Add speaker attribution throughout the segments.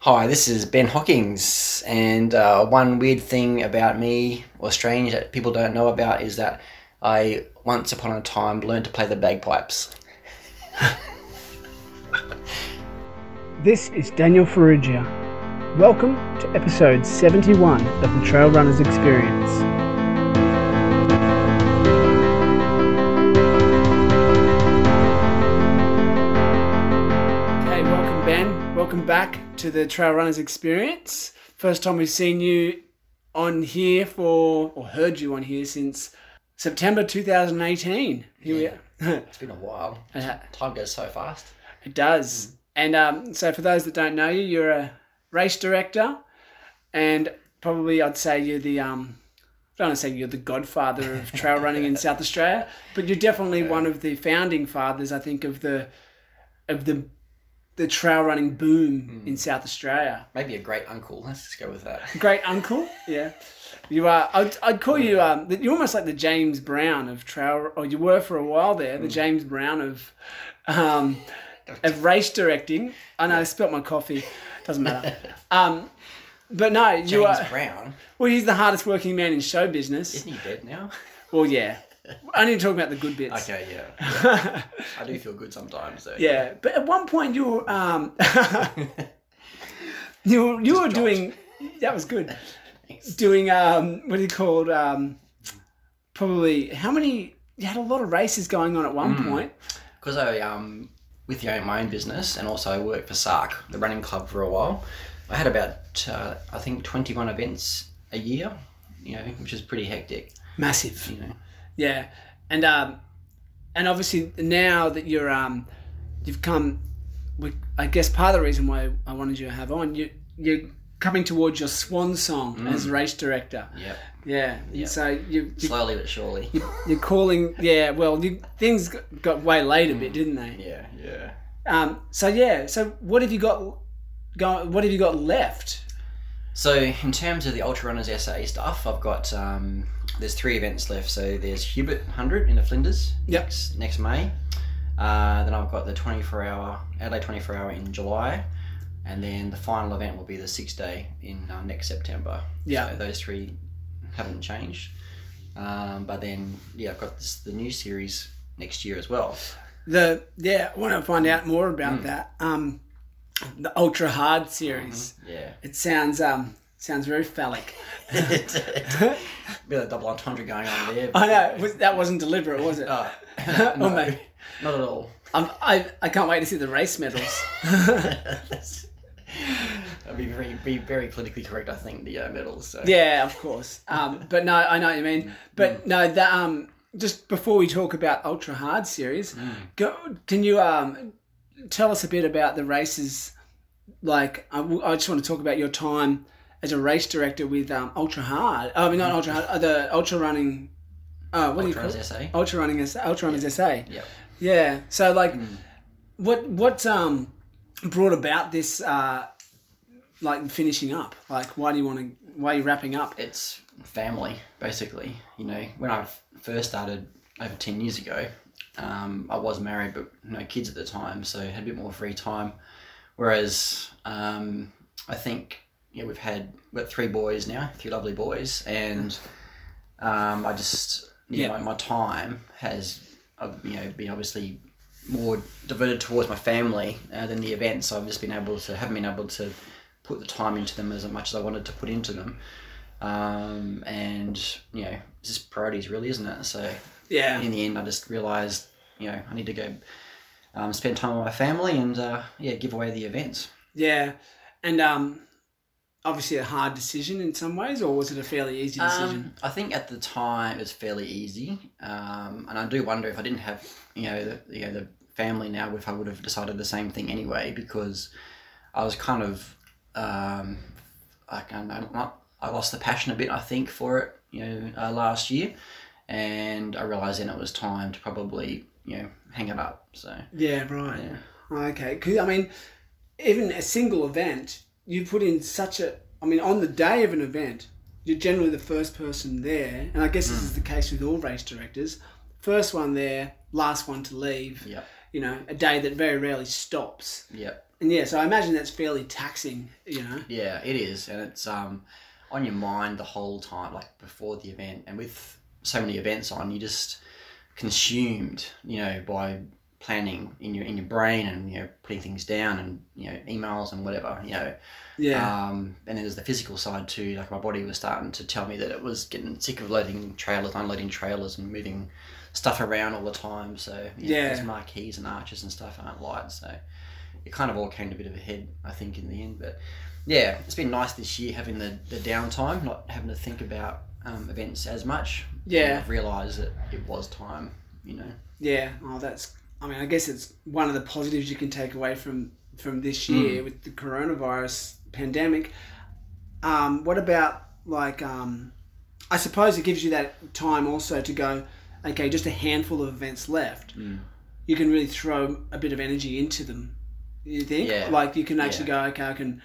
Speaker 1: Hi, this is Ben Hawkins, and uh, one weird thing about me, or strange that people don't know about, is that I once upon a time learned to play the bagpipes.
Speaker 2: This is Daniel Ferrugia. Welcome to episode 71 of the Trail Runners Experience. Hey, welcome, Ben. Welcome back to the Trail Runners Experience. First time we've seen you on here for, or heard you on here since September 2018. Here
Speaker 1: It's been a while.
Speaker 2: we are.
Speaker 1: Time goes so fast.
Speaker 2: It does. And um, so, for those that don't know you, you're a race director, and probably I'd say you're the um, I don't want to say you're the godfather of trail running in South Australia, but you're definitely one of the founding fathers, I think, of the of the the trail running boom in South Australia.
Speaker 1: Maybe a great uncle. Let's just go with that.
Speaker 2: Great uncle, yeah. You are. I'd, I'd call you. Um, you're almost like the James Brown of trail, or you were for a while there, the
Speaker 1: Hmm.
Speaker 2: James Brown of um, of race directing. I know I spilt my coffee. Doesn't matter. um, but no, you
Speaker 1: James
Speaker 2: are.
Speaker 1: Brown.
Speaker 2: Well, he's the hardest working man in show business.
Speaker 1: Isn't he dead now?
Speaker 2: Well, yeah. Only talking about the good bits.
Speaker 1: Okay, yeah. I do feel good sometimes, though.
Speaker 2: yeah, but at one point you were um, you were, you were
Speaker 1: dropped.
Speaker 2: doing that was good. Doing um, what are you called? Um, probably how many? You had a lot of races going on at one point.
Speaker 1: because I um with the, my own business and also I worked for SARC, the running club, for a while. I had about uh, I think twenty one events a year, you know, which is pretty hectic.
Speaker 2: Massive.
Speaker 1: You know,
Speaker 2: Yeah, and um, and obviously now that you're um, you've come, we- I guess part of the reason why I wanted you to have on you you're coming towards your swan song as race director.
Speaker 1: yeah,
Speaker 2: Hmm. Yeah, so you, you
Speaker 1: slowly but surely.
Speaker 2: you're calling. Yeah, well, you, things got- got way late a bit, didn't they?
Speaker 1: yeah, yeah.
Speaker 2: Um, so yeah, so what have you got? Go, what have you got left?
Speaker 1: So in terms of the ultra runners SA stuff, I've got um, there's three events left. So there's Hubert Hundred in the Flinders
Speaker 2: Yep.
Speaker 1: next next May. Uh, then I've got the 24 hour Adelaide 24 hour in July, and then the final event will be the six day in uh, next September.
Speaker 2: Yeah.
Speaker 1: So those three haven't changed. Um, but then yeah, I've got this, the new series next year as well.
Speaker 2: The yeah, I want to find out more about that. Um, the ultra hard series.
Speaker 1: Yeah.
Speaker 2: It sounds um sounds very phallic.
Speaker 1: It's a bit of a double entendre going on there.
Speaker 2: I know it was, that wasn't deliberate, was it?
Speaker 1: Uh,
Speaker 2: Oh,
Speaker 1: no,
Speaker 2: mate.
Speaker 1: not at all.
Speaker 2: I'm, I I can't wait to see the race medals.
Speaker 1: That'd be very, be very politically correct, I think, the uh, medals. So.
Speaker 2: yeah, of course. Um, but no, I know what you mean. But no, that um just before we talk about ultra hard series,
Speaker 1: Hmm.
Speaker 2: go, can you um tell us a bit about the races? Like I, w- I just want to talk about your time as a race director with um ultra hard. I mean not ultra hard. uh, The ultra running. Uh, what do you
Speaker 1: Mm-hmm. Ultra
Speaker 2: call
Speaker 1: Runners
Speaker 2: it?
Speaker 1: SA.
Speaker 2: Ultra running. SA Ultra runners SA.
Speaker 1: Yep. Mm.
Speaker 2: Yeah. So like, what what um brought about this uh like finishing up? Like, why do you want to? Why are you wrapping up?
Speaker 1: It's family, basically. You know, when I first started over 10 years ago, um, I was married but no kids at the time, so had a bit more free time. Whereas um, I think yeah, we've had we've got three boys now, three lovely boys, and um, I just you
Speaker 2: Yeah.
Speaker 1: know, my time has uh, you know been obviously more diverted towards my family uh, than the events. So I've just been able to haven't been able to put the time into them as much as I wanted to put into them. Um, and you know, it's just priorities really, isn't it? So
Speaker 2: Yeah.
Speaker 1: in the end, I just realised, you know, I need to go um, spend time with my family and uh, yeah, give away the events.
Speaker 2: Yeah, and um, obviously a hard decision in some ways, or was it a fairly easy decision?
Speaker 1: Um, I think at the time it's fairly easy, um, and I do wonder if I didn't have you know the, you know the family now, if I would have decided the same thing anyway, because I was kind of um, like I, know, not, I lost the passion a bit, I think, for it you know uh, last year, and I realised then it was time to probably you know hang it up. So
Speaker 2: yeah, right.
Speaker 1: yeah.
Speaker 2: Okay, 'Cause, I mean, even a single event, you put in such a. I mean, on the day of an event, you're generally the first person there, and I guess this is the case with all race directors. First one there, last one to leave.
Speaker 1: Yep.
Speaker 2: You know, a day that very rarely stops.
Speaker 1: Yep.
Speaker 2: And yeah, so I imagine that's fairly taxing, you know.
Speaker 1: Yeah, it is, and it's um on your mind the whole time, like before the event, and with so many events on, you just consumed, you know, by planning in your in your brain and you know putting things down and you know emails and whatever, you know.
Speaker 2: Yeah.
Speaker 1: Um, and then there's the physical side too. Like my body was starting to tell me that it was getting sick of loading trailers, unloading trailers, and moving stuff around all the time. So you know,
Speaker 2: Yeah.
Speaker 1: those marquees and arches and stuff aren't light. So it kind of all came to a bit of a head, I think, in the end. But yeah, it's been nice this year having the, the downtime, not having to think about um, events as much.
Speaker 2: Yeah.
Speaker 1: I've realised that it was time. You know.
Speaker 2: yeah. Oh, that's. I mean, I guess it's one of the positives you can take away from from
Speaker 1: Hmm.
Speaker 2: this year with the coronavirus pandemic. Um, what about like? Um, I suppose it gives you that time also to go. Okay, just a handful of events left.
Speaker 1: Mm.
Speaker 2: You can really throw a bit of energy into them. You think?
Speaker 1: Yeah.
Speaker 2: Like you can actually go. Okay, I can.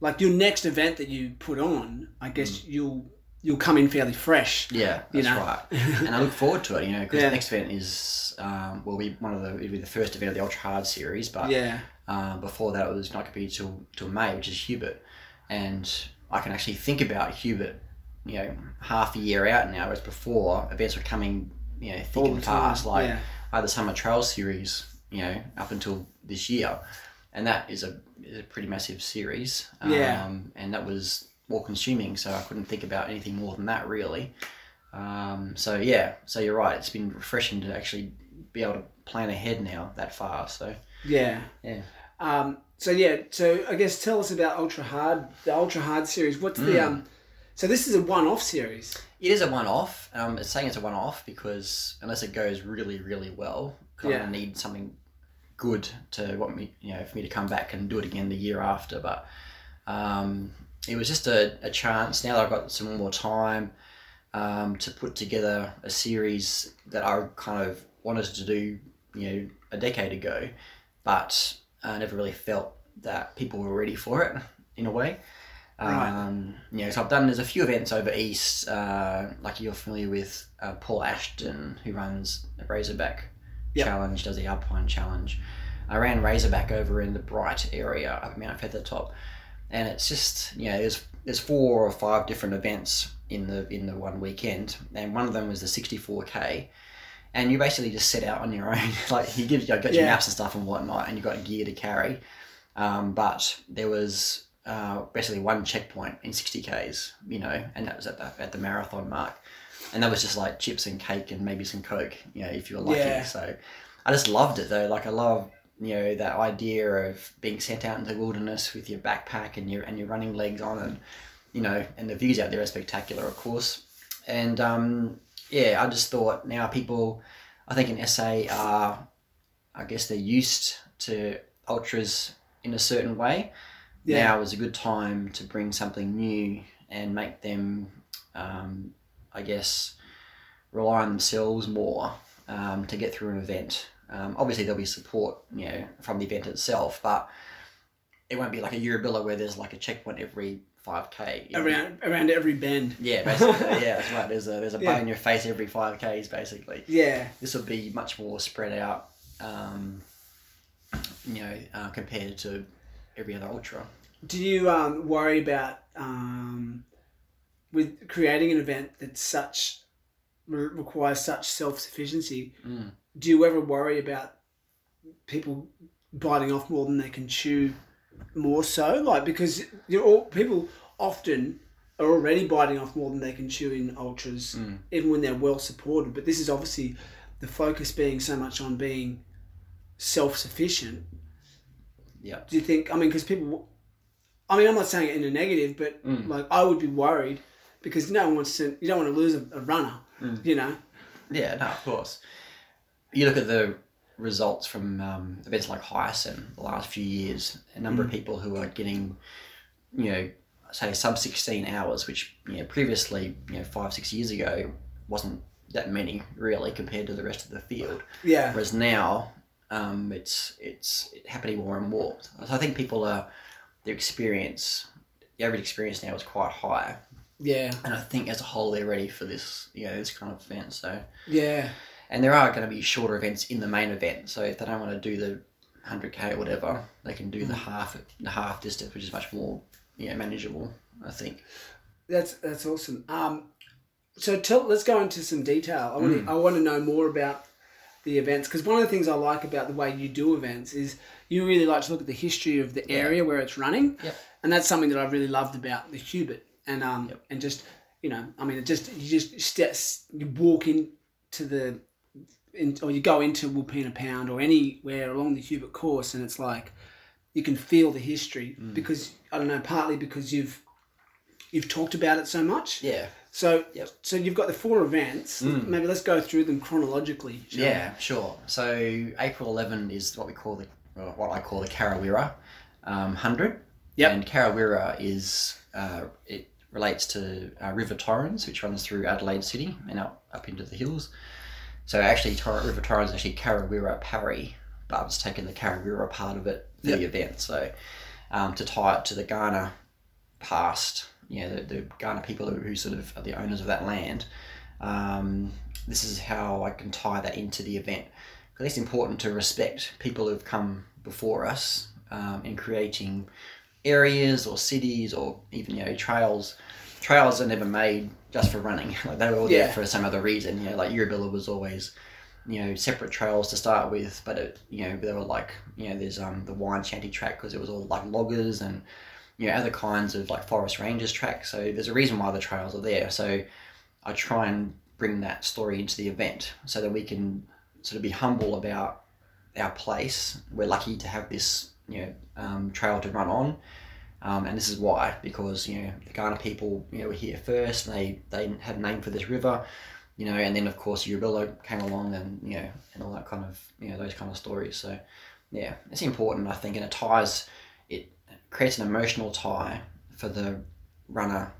Speaker 2: Like your next event that you put on, I guess
Speaker 1: Hmm.
Speaker 2: you'll you'll come in fairly fresh.
Speaker 1: Yeah, that's
Speaker 2: You know?
Speaker 1: right. and I look forward to it, you know, because
Speaker 2: Yeah.
Speaker 1: the next event is um, will be one of the it'll be the first event of the Ultra Hard series, but
Speaker 2: Yeah.
Speaker 1: um, before that it was not going to be till till May, which is Hubert, and I can actually think about Hubert, you know, half a year out now, whereas before events were coming, you know, thick
Speaker 2: All
Speaker 1: and
Speaker 2: the time,
Speaker 1: fast, like
Speaker 2: yeah.
Speaker 1: I had the Summer Trail series, you know, up until this year, and that is a is a pretty massive series, um,
Speaker 2: Yeah.
Speaker 1: and that was all consuming, so I couldn't think about anything more than that really. Um, so yeah, so you're right. It's been refreshing to actually be able to plan ahead now that far. So
Speaker 2: Yeah.
Speaker 1: Yeah.
Speaker 2: Um, so yeah, so I guess tell us about Ultra Hard, the Ultra Hard series. What's the
Speaker 1: Mm.
Speaker 2: um? So this is a one-off series.
Speaker 1: it is a one-off. Um, it's saying it's a one-off because unless it goes really, really well, 'cause I'm
Speaker 2: Yeah.
Speaker 1: gonna need something good to want me, you know, for me to come back and do it again the year after. But um, it was just a, a chance. Now that I've got some more time um, to put together a series that I kind of wanted to do, you know, a decade ago, but I never really felt that people were ready for it in a way.
Speaker 2: Right.
Speaker 1: Um, you know, so I've done. There's a few events over east, uh, like you're familiar with uh, Paul Ashton, who runs the Razorback
Speaker 2: Yep.
Speaker 1: Challenge, does the Alpine Challenge. I ran Razorback over in the Bright area up Mount Feathertop, and it's just you know there's there's four or five different events in the in the one weekend, and one of them was the 64k, and you basically just set out on your own. like he gives you, got your
Speaker 2: Yeah.
Speaker 1: maps and stuff and whatnot, and you have got gear to carry, um, but there was uh, basically one checkpoint in 60ks, you know, and that was at the at the marathon mark, and that was just like chips and cake and maybe some coke, you know, if you were lucky.
Speaker 2: Yeah.
Speaker 1: So I just loved it though. Like I love you know that idea of being sent out into the wilderness with your backpack and your and your running legs on and you know and the views out there are spectacular of course and um, yeah i just thought now people i think in sa are i guess they're used to ultras in a certain way now is a good time to bring something new and make them um, i guess rely on themselves more um, to get through an event um, obviously there'll be support you know from the event itself but it won't be like a Eurobilla where there's like a checkpoint every 5k you know?
Speaker 2: around around every bend.
Speaker 1: Yeah, basically. yeah, that's right. There's a there's a
Speaker 2: Yeah.
Speaker 1: bun in your face every five k's basically.
Speaker 2: Yeah.
Speaker 1: This will be much more spread out, um, you know, uh, compared to every other ultra.
Speaker 2: Do you um, worry about um, with creating an event that such re- requires such self sufficiency?
Speaker 1: Mm.
Speaker 2: Do you ever worry about people biting off more than they can chew? More so, like because you're all people often are already biting off more than they can chew in ultras,
Speaker 1: Mm.
Speaker 2: even when they're well supported. But this is obviously the focus being so much on being self sufficient.
Speaker 1: Yeah.
Speaker 2: Do you think? I mean, because people, I mean, I'm not saying it in a negative, but
Speaker 1: Mm.
Speaker 2: like I would be worried because no one wants to. You don't want to lose a, a runner.
Speaker 1: Mm.
Speaker 2: You know.
Speaker 1: Yeah, no, of course. You look at the results from um, events like Hyacin the last few years, a number of people who are getting, you know, say sub 16 hours, which, you know, previously, you know, five, six years ago wasn't that many really compared to the rest of the field.
Speaker 2: Yeah.
Speaker 1: Whereas now, um, it's it's happening more and more. So I think people are their experience, the average experience now is quite high,
Speaker 2: Yeah.
Speaker 1: and I think as a whole they're ready for this, you know, this kind of event. So
Speaker 2: Yeah.
Speaker 1: and there are going to be shorter events in the main event. So if they don't want to do the hundred k or whatever, they can do the half the half distance, which is much more you know, manageable. I think.
Speaker 2: That's that's awesome. Um, so tell, let's go into some detail. I want to, I want to know more about the events because one of the things I like about the way you do events is you really like to look at the history of the area where it's running,
Speaker 1: Yep.
Speaker 2: and that's something that I've really loved about the Hubert and um and just you know I mean it just you just steps you walk into the in, or you go into Wilpena Pound or anywhere along the Hubert course and it's like you can feel the history
Speaker 1: Mm.
Speaker 2: because I don't know partly because you've you've talked about it so much.
Speaker 1: Yeah.
Speaker 2: So,
Speaker 1: Yep. Mm.
Speaker 2: so you've got the four events. Maybe let's go through them chronologically. shall we?
Speaker 1: Yeah, sure. So April 11 is what we call the well, what I call the Karawira um, hundred.
Speaker 2: Yep.
Speaker 1: And Karawira is uh, it relates to uh, River Torrens, which runs through Adelaide City and up up into the hills. So actually, Tor- River Torrens is actually Karawira Parry, but I've just taken the Karawira part of it for the event. So um, to tie it to the Ghana past, you know, the, the Ghana people who, who sort of are the owners of that land. Um, this is how I can tie that into the event. Because it's important to respect people who've come before us um, in creating areas or cities or even you know trails. Trails are never made just for running. Like they were all
Speaker 2: Yeah.
Speaker 1: there for some other reason. You know, like Urabilla was always you know separate trails to start with, but it, you know they were like you know there's um the wine shanty track because it was all like loggers and you know other kinds of like forest rangers tracks. So there's a reason why the trails are there. So I try and bring that story into the event so that we can sort of be humble about our place. We're lucky to have this you know um, trail to run on. Um, and this is why, because you know the Ghana people, you know, were here first. And they they had a name for this river, you know, and then of course Urubilla came along, and you know, and all that kind of you know those kind of stories. So, yeah, it's important, I think, and it ties, it creates an emotional tie for the runner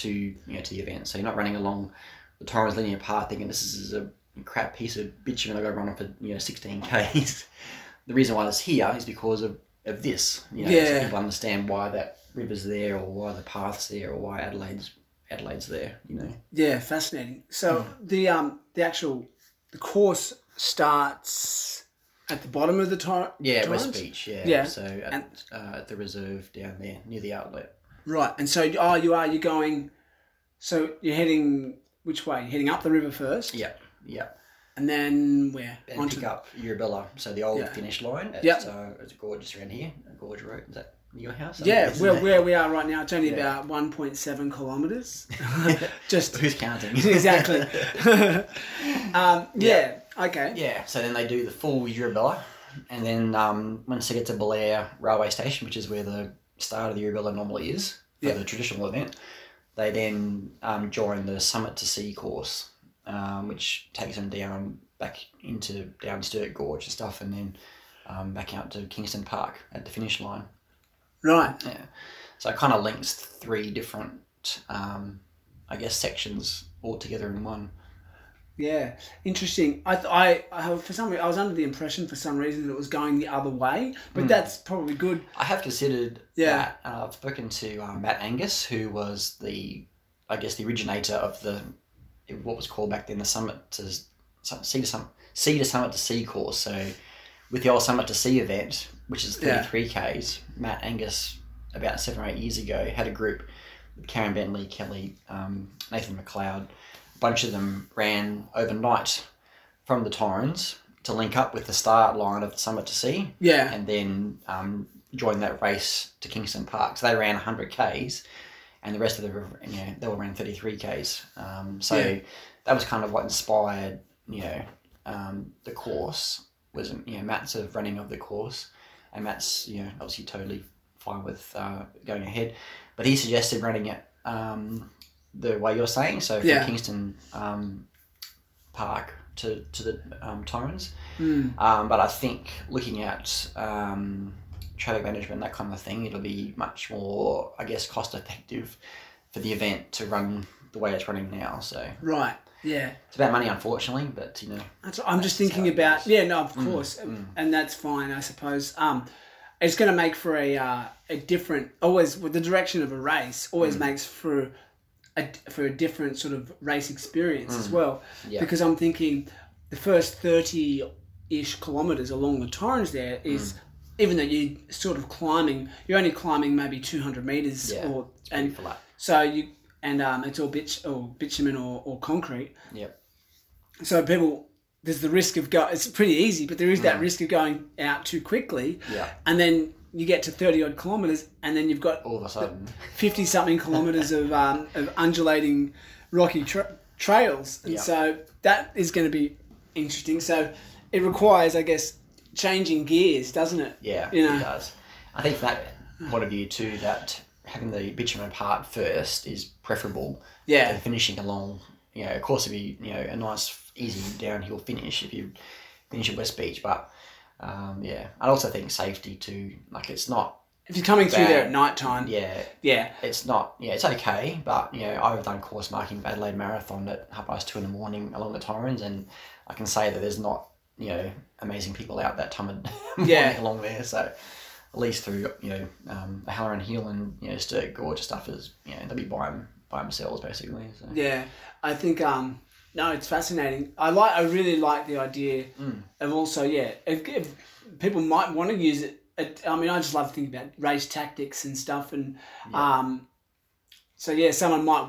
Speaker 1: to you know to the event. So you're not running along the Torrens linear path thinking this is a crap piece of bitumen I got to run on for you know 16 k's. the reason why it's here is because of of this. You know, so
Speaker 2: Yeah.
Speaker 1: people understand why that river's there, or why the path's there, or why Adelaide's Adelaide's there. You know.
Speaker 2: Yeah, fascinating. So
Speaker 1: Mm.
Speaker 2: the um the actual the course starts at the bottom of the tor-
Speaker 1: Yeah, West
Speaker 2: torrent?
Speaker 1: Beach. Yeah.
Speaker 2: Yeah.
Speaker 1: So at,
Speaker 2: And-
Speaker 1: uh, at the reserve down there near the outlet.
Speaker 2: Right, and so oh you are you're going, so you're heading which way? You're heading up the river first,
Speaker 1: Yeah. Yeah.
Speaker 2: and then where?
Speaker 1: and pick up Urabella, so the old
Speaker 2: Yeah.
Speaker 1: finish line. It's,
Speaker 2: Yep.
Speaker 1: uh, it's gorgeous around here. A gorge road. Is that your house?
Speaker 2: yeah,
Speaker 1: Isn't
Speaker 2: where,
Speaker 1: it?
Speaker 2: where we are right now, it's only
Speaker 1: Yeah.
Speaker 2: about one point seven kilometers. Just
Speaker 1: Who's counting?
Speaker 2: exactly. um, yeah. Okay.
Speaker 1: yeah. So then they do the full Urabella, and then um, once they get to Belair Railway Station, which is where the start of the Urabella normally is for
Speaker 2: Yeah.
Speaker 1: the traditional event, they then um, join the Summit to Sea course, um, which takes them down back into down Sturt Gorge and stuff, and then um, back out to Kingston Park at the finish line.
Speaker 2: Right.
Speaker 1: Yeah. So it kind of links three different, um, I guess, sections all together in one.
Speaker 2: Yeah, interesting. I, th- I, I have, for some reason, I was under the impression for some reason that it was going the other way, but
Speaker 1: Hmm.
Speaker 2: that's probably good.
Speaker 1: I have considered
Speaker 2: Yeah.
Speaker 1: that, and I've spoken to uh, Matt Angus, who was the, I guess, the originator of the, what was called back then the Summit to Su- Sea to Summit, sea to Summit to Sea course. So with the old Summit to Sea event, which is
Speaker 2: Yeah.
Speaker 1: 33Ks, Matt Angus, about seven or eight years ago, had a group with Karen Bentley, Kelly, um, Nathan McLeod. A bunch of them ran overnight from the Torrens to link up with the start line of the Summit to Sea
Speaker 2: Yeah,
Speaker 1: and then um, joined that race to Kingston Park. So they ran 100 Ks, and the rest of the you know they all ran 33 Ks. Um, so
Speaker 2: Yeah.
Speaker 1: that was kind of what inspired you know um, the course was you know Matt's sort of running of the course, and Matt's you know obviously totally fine with uh, going ahead, but he suggested running it um, the way you're saying. So from
Speaker 2: Yeah.
Speaker 1: Kingston um, Park to to the um, Torrens.
Speaker 2: Mm.
Speaker 1: Um, but I think looking at um, traffic management, that kind of thing, it'll be much more, I guess, cost effective for the event to run the way it's running now. So
Speaker 2: right. Yeah,
Speaker 1: it's about money, unfortunately, but you know,
Speaker 2: that's, I'm just
Speaker 1: That's
Speaker 2: thinking
Speaker 1: how it
Speaker 2: about.
Speaker 1: goes.
Speaker 2: Yeah, no, of course,
Speaker 1: mm.
Speaker 2: and that's fine, I suppose. Um, it's going to make for a uh, a different. Always with the direction of a race
Speaker 1: Mm.
Speaker 2: always makes for a for a different sort of race experience as well.
Speaker 1: Mm. Yeah.
Speaker 2: Because
Speaker 1: Mm.
Speaker 2: I'm thinking the first thirty ish kilometers along the Torrens there is even though you sort of climbing, you're only climbing maybe 200 meters
Speaker 1: Yeah.
Speaker 2: or and
Speaker 1: for that.
Speaker 2: so you and um, it's all bitch or bitumen or, or concrete.
Speaker 1: Yep.
Speaker 2: So people there's the risk of go. It's pretty easy, but there is that risk of going out too quickly,
Speaker 1: Mm. Yeah.
Speaker 2: and then you get to 30 odd kilometers, and then you've got
Speaker 1: All of a sudden.
Speaker 2: 50 something kilometers of, um, of undulating rocky tra- trails. And
Speaker 1: Yeah.
Speaker 2: so that is going to be interesting. So it requires, I guess, changing gears, doesn't it?
Speaker 1: Yeah,
Speaker 2: You know.
Speaker 1: it does. I think from that point of view too, that having the bitumen part first is preferable
Speaker 2: Yeah.
Speaker 1: than finishing along. You know, of course, it'd be you know a nice easy downhill finish if you finish at West Beach, but um, yeah, I also think safety too. Like it's not,
Speaker 2: If you're coming through there
Speaker 1: Bad.
Speaker 2: at night time, yeah.
Speaker 1: yeah, it's not, yeah, it's okay, but you know, I've done course marking for Adelaide Marathon at half past two in the morning along the Torrens, and I can say that there's not you know amazing people out that time of morning
Speaker 2: Yeah.
Speaker 1: along there, so. at least through you know um, the Halloran Hill and you know Sturt Gorge stuff is you know they'll be by 'em- by themselves basically. So.
Speaker 2: Yeah. I think, um, no, it's fascinating. I like, I really like the idea
Speaker 1: Mm.
Speaker 2: of also, yeah, if, if people might want to use it. it- I mean, I just love thinking about race tactics and stuff, and um, so yeah, someone might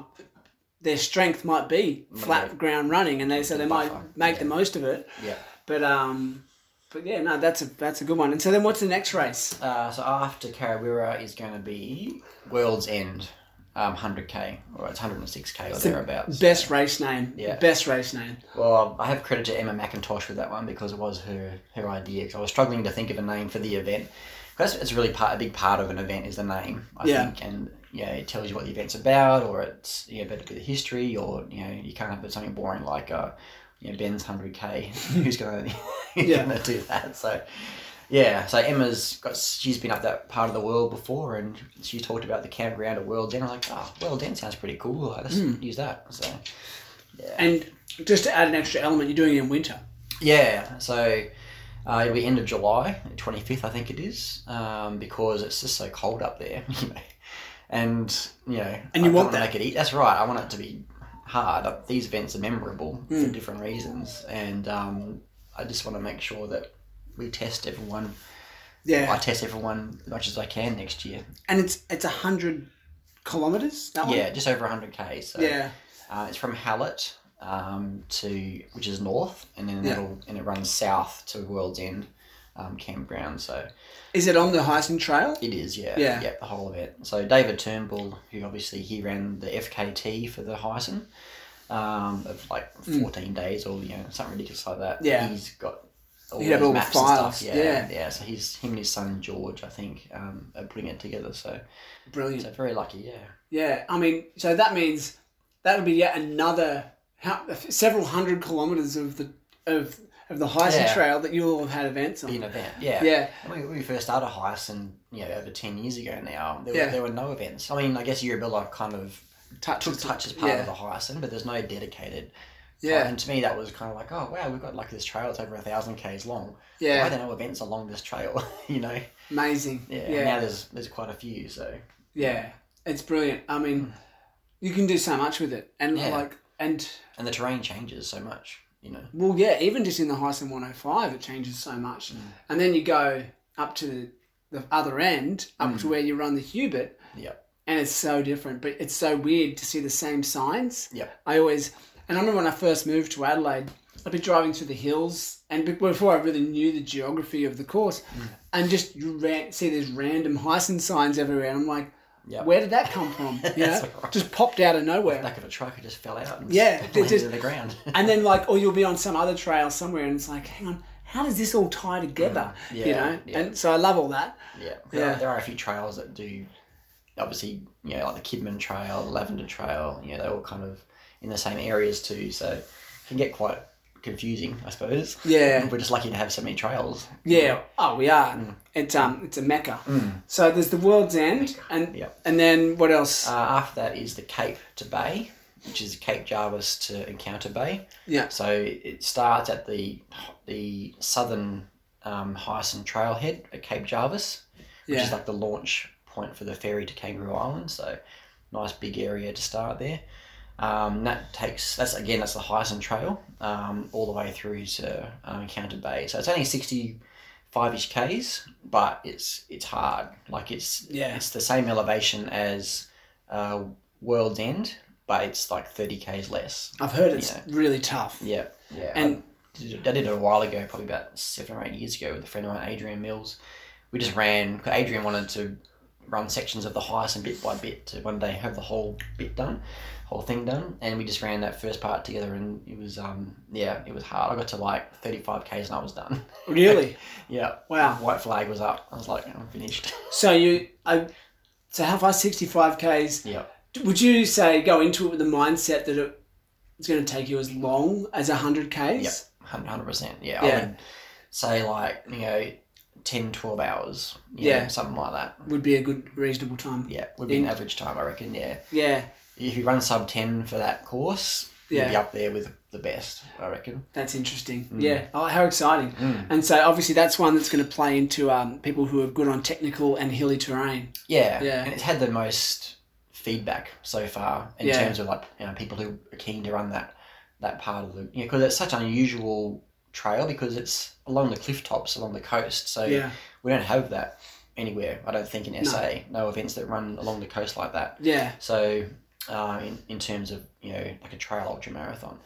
Speaker 2: their strength might be flat
Speaker 1: Mm, Yeah.
Speaker 2: ground running, and they so they might
Speaker 1: Buffer,
Speaker 2: make
Speaker 1: yeah.
Speaker 2: the most of it.
Speaker 1: Yeah.
Speaker 2: But um, but yeah, no, that's a that's a good one. And so then, what's the next race?
Speaker 1: Uh, so after Karawira is going to be World's End, um, 100k or it's 106k or
Speaker 2: the
Speaker 1: thereabouts.
Speaker 2: Best race name.
Speaker 1: Yeah.
Speaker 2: Best race name.
Speaker 1: Well, I have credit to Emma McIntosh with that one because it was her her idea. 'cause I was struggling to think of a name for the event. Because it's really part a big part of an event is the name, I
Speaker 2: Yeah.
Speaker 1: think, and yeah, it tells you what the event's about, or it's you know, better bit of history, or you know, you can't have something boring like uh, you know, Ben's hundred k. Who's gonna who's
Speaker 2: Yeah.
Speaker 1: gonna do that? So. Yeah, so Emma's got she's been up that part of the world before, and she talked about the campground at World's End. I'm like, oh, World's End sounds pretty cool. Let's
Speaker 2: Hmm.
Speaker 1: use that. So
Speaker 2: And just to add an extra element, you're doing it in winter.
Speaker 1: yeah, so uh, it'll be end of July, 25th, I think it is, um, because it's just so cold up there. you know. and, you know,
Speaker 2: And you
Speaker 1: I don't
Speaker 2: want
Speaker 1: wanna
Speaker 2: that.
Speaker 1: Make it eat. That's right, I want it to be hard. Uh, These events are memorable
Speaker 2: Hmm.
Speaker 1: for different reasons, and um, I just want to make sure that we test everyone.
Speaker 2: Yeah.
Speaker 1: I test everyone as much as I can next year.
Speaker 2: And it's it's a hundred kilometers. That one.
Speaker 1: Yeah, just over 100k. So
Speaker 2: Oh. Yeah.
Speaker 1: Uh, it's from Hallett um, to which is north, and then
Speaker 2: Yeah.
Speaker 1: it'll and it runs south to World's End um, campground. So
Speaker 2: Is it on the Heisen Trail?
Speaker 1: it is, yeah,
Speaker 2: Yeah.
Speaker 1: the whole of it. So David Turnbull, who obviously he ran the FKT for the Heisen um, of like fourteen days or you know something ridiculous like that.
Speaker 2: Mm. Yeah.
Speaker 1: he's got. All
Speaker 2: He'd have
Speaker 1: these
Speaker 2: all the
Speaker 1: maps and
Speaker 2: files,
Speaker 1: stuff.
Speaker 2: yeah.
Speaker 1: yeah, So he's him and his son George, I think, um, are putting it together. So,
Speaker 2: Brilliant.
Speaker 1: so very lucky, yeah.
Speaker 2: Yeah, I mean, so that means that would be yet another how, several hundred kilometers of the of of the Heisen
Speaker 1: Yeah.
Speaker 2: Trail that you'll have had events on.
Speaker 1: Be an event, yeah.
Speaker 2: Yeah,
Speaker 1: I mean, when we first started Heisen, you know, over 10 years ago now, there,
Speaker 2: Yeah.
Speaker 1: were, there were no events. I mean, I guess Eurobilla kind of
Speaker 2: touch
Speaker 1: took touch as part
Speaker 2: yeah.
Speaker 1: of the Heisen, but there's no dedicated.
Speaker 2: Yeah.
Speaker 1: And to me, that was kind of like, oh, wow, we've got like this trail that's over a thousand Ks long.
Speaker 2: Yeah.
Speaker 1: Why are there no events along this trail? you know?
Speaker 2: Amazing.
Speaker 1: Yeah.
Speaker 2: Yeah,
Speaker 1: and Now
Speaker 2: yeah.
Speaker 1: there's there's quite a few, so.
Speaker 2: it's brilliant. I mean, you can do so much with it, and
Speaker 1: Mm. Yeah.
Speaker 2: like, and
Speaker 1: And the terrain changes so much, you know?
Speaker 2: well, yeah, even just in the Heisen 105, it changes so much,
Speaker 1: Mm.
Speaker 2: and then you go up to the, the other end, up to where you run the Hubert,
Speaker 1: Mm. Yep.
Speaker 2: and it's so different but it's so weird to see the same signs
Speaker 1: Yep.
Speaker 2: i always and i remember when i first moved to adelaide i'd be driving through the hills and be- before i really knew the geography of the course
Speaker 1: Mm.
Speaker 2: and just you ran, see these random hyson signs everywhere and i'm like
Speaker 1: Yep.
Speaker 2: where did that come from you know
Speaker 1: That's right.
Speaker 2: just popped out of nowhere
Speaker 1: Back of a truck, it just fell out and
Speaker 2: Yeah, it
Speaker 1: landed
Speaker 2: just-
Speaker 1: to the ground.
Speaker 2: and then like or you'll be on some other trail somewhere and it's like hang on how does this all tie together you
Speaker 1: Mm. yeah,
Speaker 2: know
Speaker 1: yeah.
Speaker 2: and so i love all that
Speaker 1: Yeah, there,
Speaker 2: Yeah.
Speaker 1: Are, there are a few trails that do, obviously, you know, like the Kidman Trail, the Lavender Trail. You know, they're all kind of in the same areas too, so it can get quite confusing, I suppose.
Speaker 2: Yeah.
Speaker 1: we're just lucky to have so many trails.
Speaker 2: Yeah. Oh, we are.
Speaker 1: Mm.
Speaker 2: It's um, it's a mecca. So there's the World's End, and
Speaker 1: Yep.
Speaker 2: and then what else?
Speaker 1: Uh, after that is the Cape to Bay, which is Cape Jarvis to Encounter Bay.
Speaker 2: yeah.
Speaker 1: So it starts at the the southern um, Hyson Trailhead at Cape Jarvis. which is
Speaker 2: Yeah.
Speaker 1: like the launch point for the ferry to Kangaroo Island. So nice big area to start there. Um, that takes that's again uh, that's the Hyson Trail um, all the way through to um, Encounter Bay. So it's only sixty five ish k's, but it's it's hard. Like it's
Speaker 2: Yeah.
Speaker 1: it's the same elevation as uh, World's End, but it's like thirty k's less.
Speaker 2: I've heard it's
Speaker 1: Yeah.
Speaker 2: really tough.
Speaker 1: Yeah, yeah.
Speaker 2: And-
Speaker 1: I did, it- I did it a while ago, probably about seven or eight years ago, with a friend of mine, Adrian Mills. We just ran. Adrian wanted to run sections of the Hyacinth bit by bit to one day have the whole bit done, whole thing done. And we just ran that first part together, and it was um yeah, it was hard. I got to like thirty five k's and I was done.
Speaker 2: Really?
Speaker 1: yeah,
Speaker 2: Wow.
Speaker 1: white flag was up. I was like, I'm finished.
Speaker 2: So you, I, so how far? Sixty-five k's.
Speaker 1: yeah.
Speaker 2: Would you say go into it with the mindset that it, it's going to take you as long as hundred k's?
Speaker 1: Yep. hundred percent. Yeah, I
Speaker 2: Yeah.
Speaker 1: would say like you know, 10, 12 hours.
Speaker 2: Yeah.
Speaker 1: yeah, something like that.
Speaker 2: Would be a good reasonable time.
Speaker 1: Yeah, would be an
Speaker 2: In-
Speaker 1: average time, I reckon. Yeah,
Speaker 2: Yeah,
Speaker 1: if you run sub ten for that course, you'd be
Speaker 2: Yeah.
Speaker 1: up there with the best, I reckon.
Speaker 2: that's interesting. Yeah. Oh, how exciting!
Speaker 1: Mm.
Speaker 2: And so obviously that's one that's going to play into um, people who are good on technical and hilly terrain.
Speaker 1: Yeah,
Speaker 2: Yeah.
Speaker 1: and it's had the most feedback so far in
Speaker 2: Yeah.
Speaker 1: terms of like you know people who are keen to run that that part of the you know because it's such an unusual trail because it's along the cliff tops along the coast, so
Speaker 2: Yeah.
Speaker 1: we don't have that anywhere. I don't think in SA, no events that run along the coast like that.
Speaker 2: Yeah.
Speaker 1: So, uh, in, in terms of, you know, like a trail ultra marathon.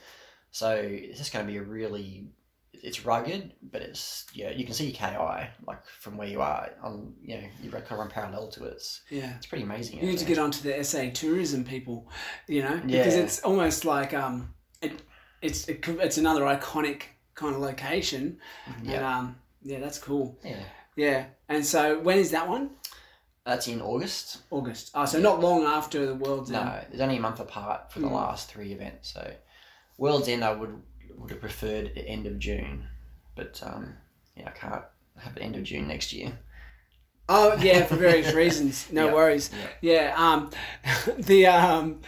Speaker 1: So, it's just going to be a really, it's rugged, but it's, yeah, you can see KI, like from where you are. On, you know, you can run parallel to it. It's,
Speaker 2: Yeah.
Speaker 1: it's pretty amazing.
Speaker 2: You
Speaker 1: out
Speaker 2: need to
Speaker 1: there.
Speaker 2: get onto the SA tourism people, you know,
Speaker 1: Yeah.
Speaker 2: because it's almost like um, it, it's it, could- it's another iconic kind of location. And
Speaker 1: Yeah.
Speaker 2: um, yeah, that's cool.
Speaker 1: yeah.
Speaker 2: Yeah. And so when is that one?
Speaker 1: That's in August.
Speaker 2: August. Oh, so not long after the World's End.
Speaker 1: No, there's only a month apart for the
Speaker 2: Mm.
Speaker 1: last three events. So, World's End, I would would have preferred the end of June, but um, yeah, I can't have the end of June next year.
Speaker 2: Oh yeah, for various reasons. No
Speaker 1: Yeah.
Speaker 2: worries. Yeah. Um, the um,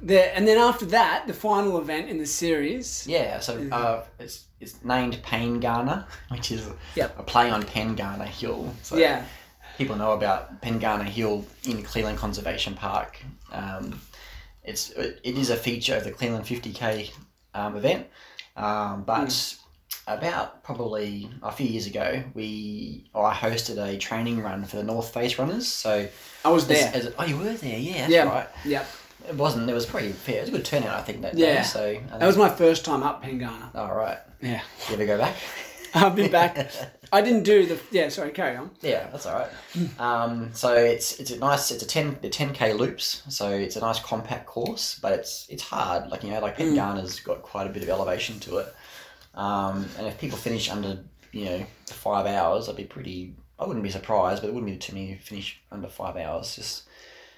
Speaker 2: the and then after that, the final event in the series.
Speaker 1: Yeah, so uh, it's it's named Pangana, which is
Speaker 2: Yep.
Speaker 1: a play on Pangana Hill. So
Speaker 2: Yeah.
Speaker 1: people know about Pangana Hill in Cleveland Conservation Park. Um, it's it it is a feature of the Cleveland 50k um, event, um, but
Speaker 2: Hmm.
Speaker 1: about probably a few years ago, we I hosted a training run for the North Face runners. So
Speaker 2: I was
Speaker 1: as-
Speaker 2: there.
Speaker 1: as- oh, you were there, yeah, that's
Speaker 2: Yeah.
Speaker 1: right.
Speaker 2: Yeah.
Speaker 1: It wasn't. It was pretty fair. It was a good turnout, I think that
Speaker 2: Yeah.
Speaker 1: day. So I think,
Speaker 2: That was my first time up Pengana.
Speaker 1: all right.
Speaker 2: Yeah.
Speaker 1: You ever go back?
Speaker 2: I've been back. I didn't do the. Yeah. Sorry. Carry on.
Speaker 1: Yeah, that's all right. Um, so it's it's a nice it's a ten the ten k loops. So it's a nice compact course, but it's it's hard. Like you know, like
Speaker 2: Mm.
Speaker 1: Pengana's got quite a bit of elevation to it. Um, and if people finish under you know five hours, I'd be pretty. I wouldn't be surprised, but it wouldn't be too many who finish under five hours. Just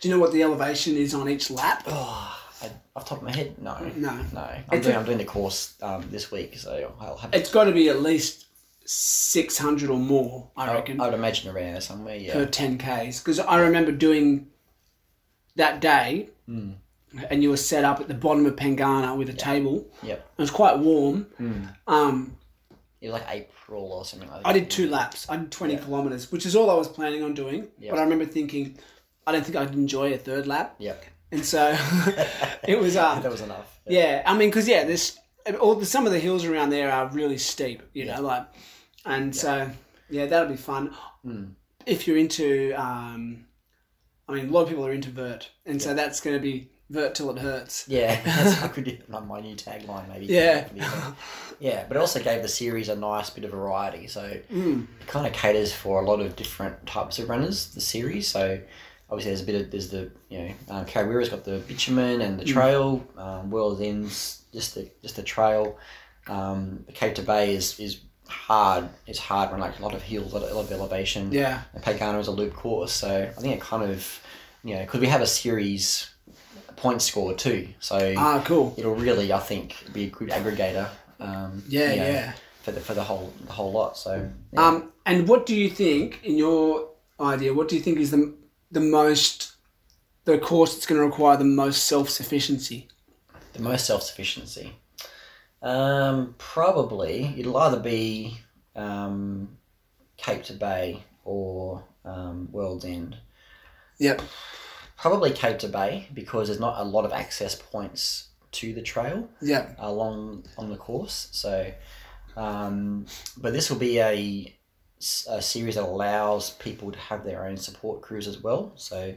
Speaker 2: Do you know what the elevation is on each lap?
Speaker 1: oh, I, off the top of my head, no,
Speaker 2: No.
Speaker 1: no. I'm
Speaker 2: Mm. It's
Speaker 1: doing
Speaker 2: a-
Speaker 1: I'm doing the course um, this week, so I'll have.
Speaker 2: It's got to be at least six hundred or more. I
Speaker 1: I,
Speaker 2: reckon.
Speaker 1: I would imagine around there somewhere. Yeah.
Speaker 2: per 10Ks. Because I remember doing that day, and you were set up at the bottom of Pengana with a table.
Speaker 1: Yep.
Speaker 2: It was quite warm. Um,
Speaker 1: It was like April or something like that.
Speaker 2: I did two laps, I did 20 kilometres, which is all I was planning on doing.
Speaker 1: Yeah.
Speaker 2: But I remember thinking, I don't think I'd enjoy a third lap.
Speaker 1: Yep.
Speaker 2: And so it was. Uh,
Speaker 1: That was enough.
Speaker 2: Yeah, I mean, because yeah, this all the, some of the hills around there are really steep, you know, like, and so yeah, Hmm. that'll be fun if you're into. Um, I mean, a lot of people are into vert, and so that's going to be vert till it hurts.
Speaker 1: Yeah, that's I could my, my new tagline maybe.
Speaker 2: Yeah.
Speaker 1: yeah, but it also gave the series a nice bit of variety. So
Speaker 2: Hmm,
Speaker 1: it kind of caters for a lot of different types of runners. The series, so obviously there's a bit of there's the you know um, Kawira's got the bitumen and
Speaker 2: Mm.
Speaker 1: the trail. Um, World's Ends just the just the trail. Um, the Cape to Bay is is hard. It's hard when like a lot of hills, a lot of, a lot of elevation
Speaker 2: Yeah,
Speaker 1: and Pagano is a loop course. So I think it kind of, you know, because we have a series point score too. So
Speaker 2: ah, cool.
Speaker 1: it'll really, I think, be a good aggregator. Um,
Speaker 2: Yeah,
Speaker 1: you know,
Speaker 2: yeah.
Speaker 1: For the, for the whole the whole lot. So yeah.
Speaker 2: Um, and what do you think, in your idea, what do you think is the the most the course that's going to require the most self sufficiency?
Speaker 1: the most self sufficiency. Um, probably it'll either be um, Cape to Bay or um, World's End.
Speaker 2: Yep.
Speaker 1: Probably Cape to Bay because there's not a lot of access points to the trail.
Speaker 2: Yep.
Speaker 1: along on the course. So, um, but this will be a s- a series that allows people to have their own support crews as well. So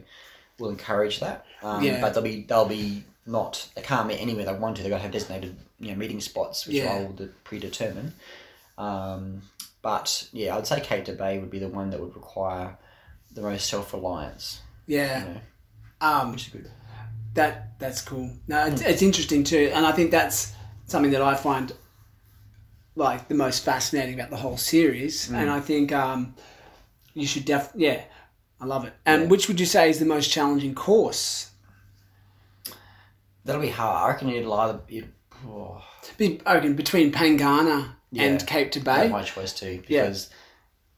Speaker 1: we'll encourage that. Um,
Speaker 2: Yeah.
Speaker 1: But they'll be they'll be not they can't meet anywhere they want to. They've got to have designated you know meeting spots, which
Speaker 2: Yeah.
Speaker 1: I will de- predetermine. Um, but yeah, I'd say Cape to Bay would be the one that would require the most self reliance.
Speaker 2: yeah.
Speaker 1: You know,
Speaker 2: Um,
Speaker 1: which is good.
Speaker 2: that that's cool. No, it's,
Speaker 1: Hmm.
Speaker 2: it's interesting too, and I think that's something that I find like the most fascinating about the whole
Speaker 1: Hmm.
Speaker 2: series. And I think um, you should def yeah, I love it. And
Speaker 1: Yeah.
Speaker 2: which would you say is the most challenging course?
Speaker 1: That'll be hard. I reckon it'll either it, oh,
Speaker 2: Be, I reckon between Pangana
Speaker 1: Yeah.
Speaker 2: and Cape to
Speaker 1: that's
Speaker 2: Bay.
Speaker 1: my choice too
Speaker 2: Yeah.
Speaker 1: because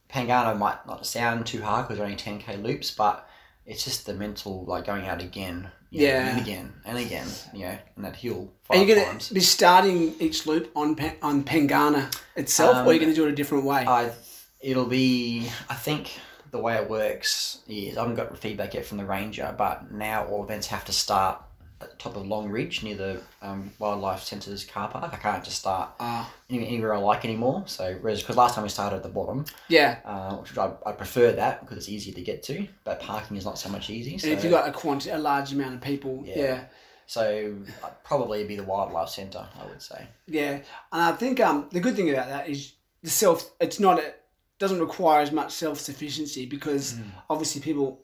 Speaker 1: Pangana might not sound too hard because only ten k loops, but it's just the mental like going out again, you know,
Speaker 2: Yeah.
Speaker 1: and again and again, you know, and that hill
Speaker 2: Are
Speaker 1: five
Speaker 2: you gonna
Speaker 1: times.
Speaker 2: be starting each loop on Pa- on Pangana itself, or are you
Speaker 1: Um,
Speaker 2: gonna do it a different way?
Speaker 1: I it'll be I think the way it works is I haven't got feedback yet from the ranger, but now all events have to start at the top of Long Ridge near the um, wildlife centre's car park. I can't just start
Speaker 2: Ah,
Speaker 1: any- anywhere I like anymore. So because last time we started at the bottom,
Speaker 2: yeah.
Speaker 1: uh, which I, I prefer that because it's easier to get to, but parking is not so much easy. So,
Speaker 2: And if you've got a quanti- a large amount of people,
Speaker 1: Yeah.
Speaker 2: yeah.
Speaker 1: so I'd probably be the wildlife centre, I would say.
Speaker 2: Yeah, and I think um, the good thing about that is the self. It's not a doesn't require as much self sufficiency because
Speaker 1: Mm.
Speaker 2: obviously people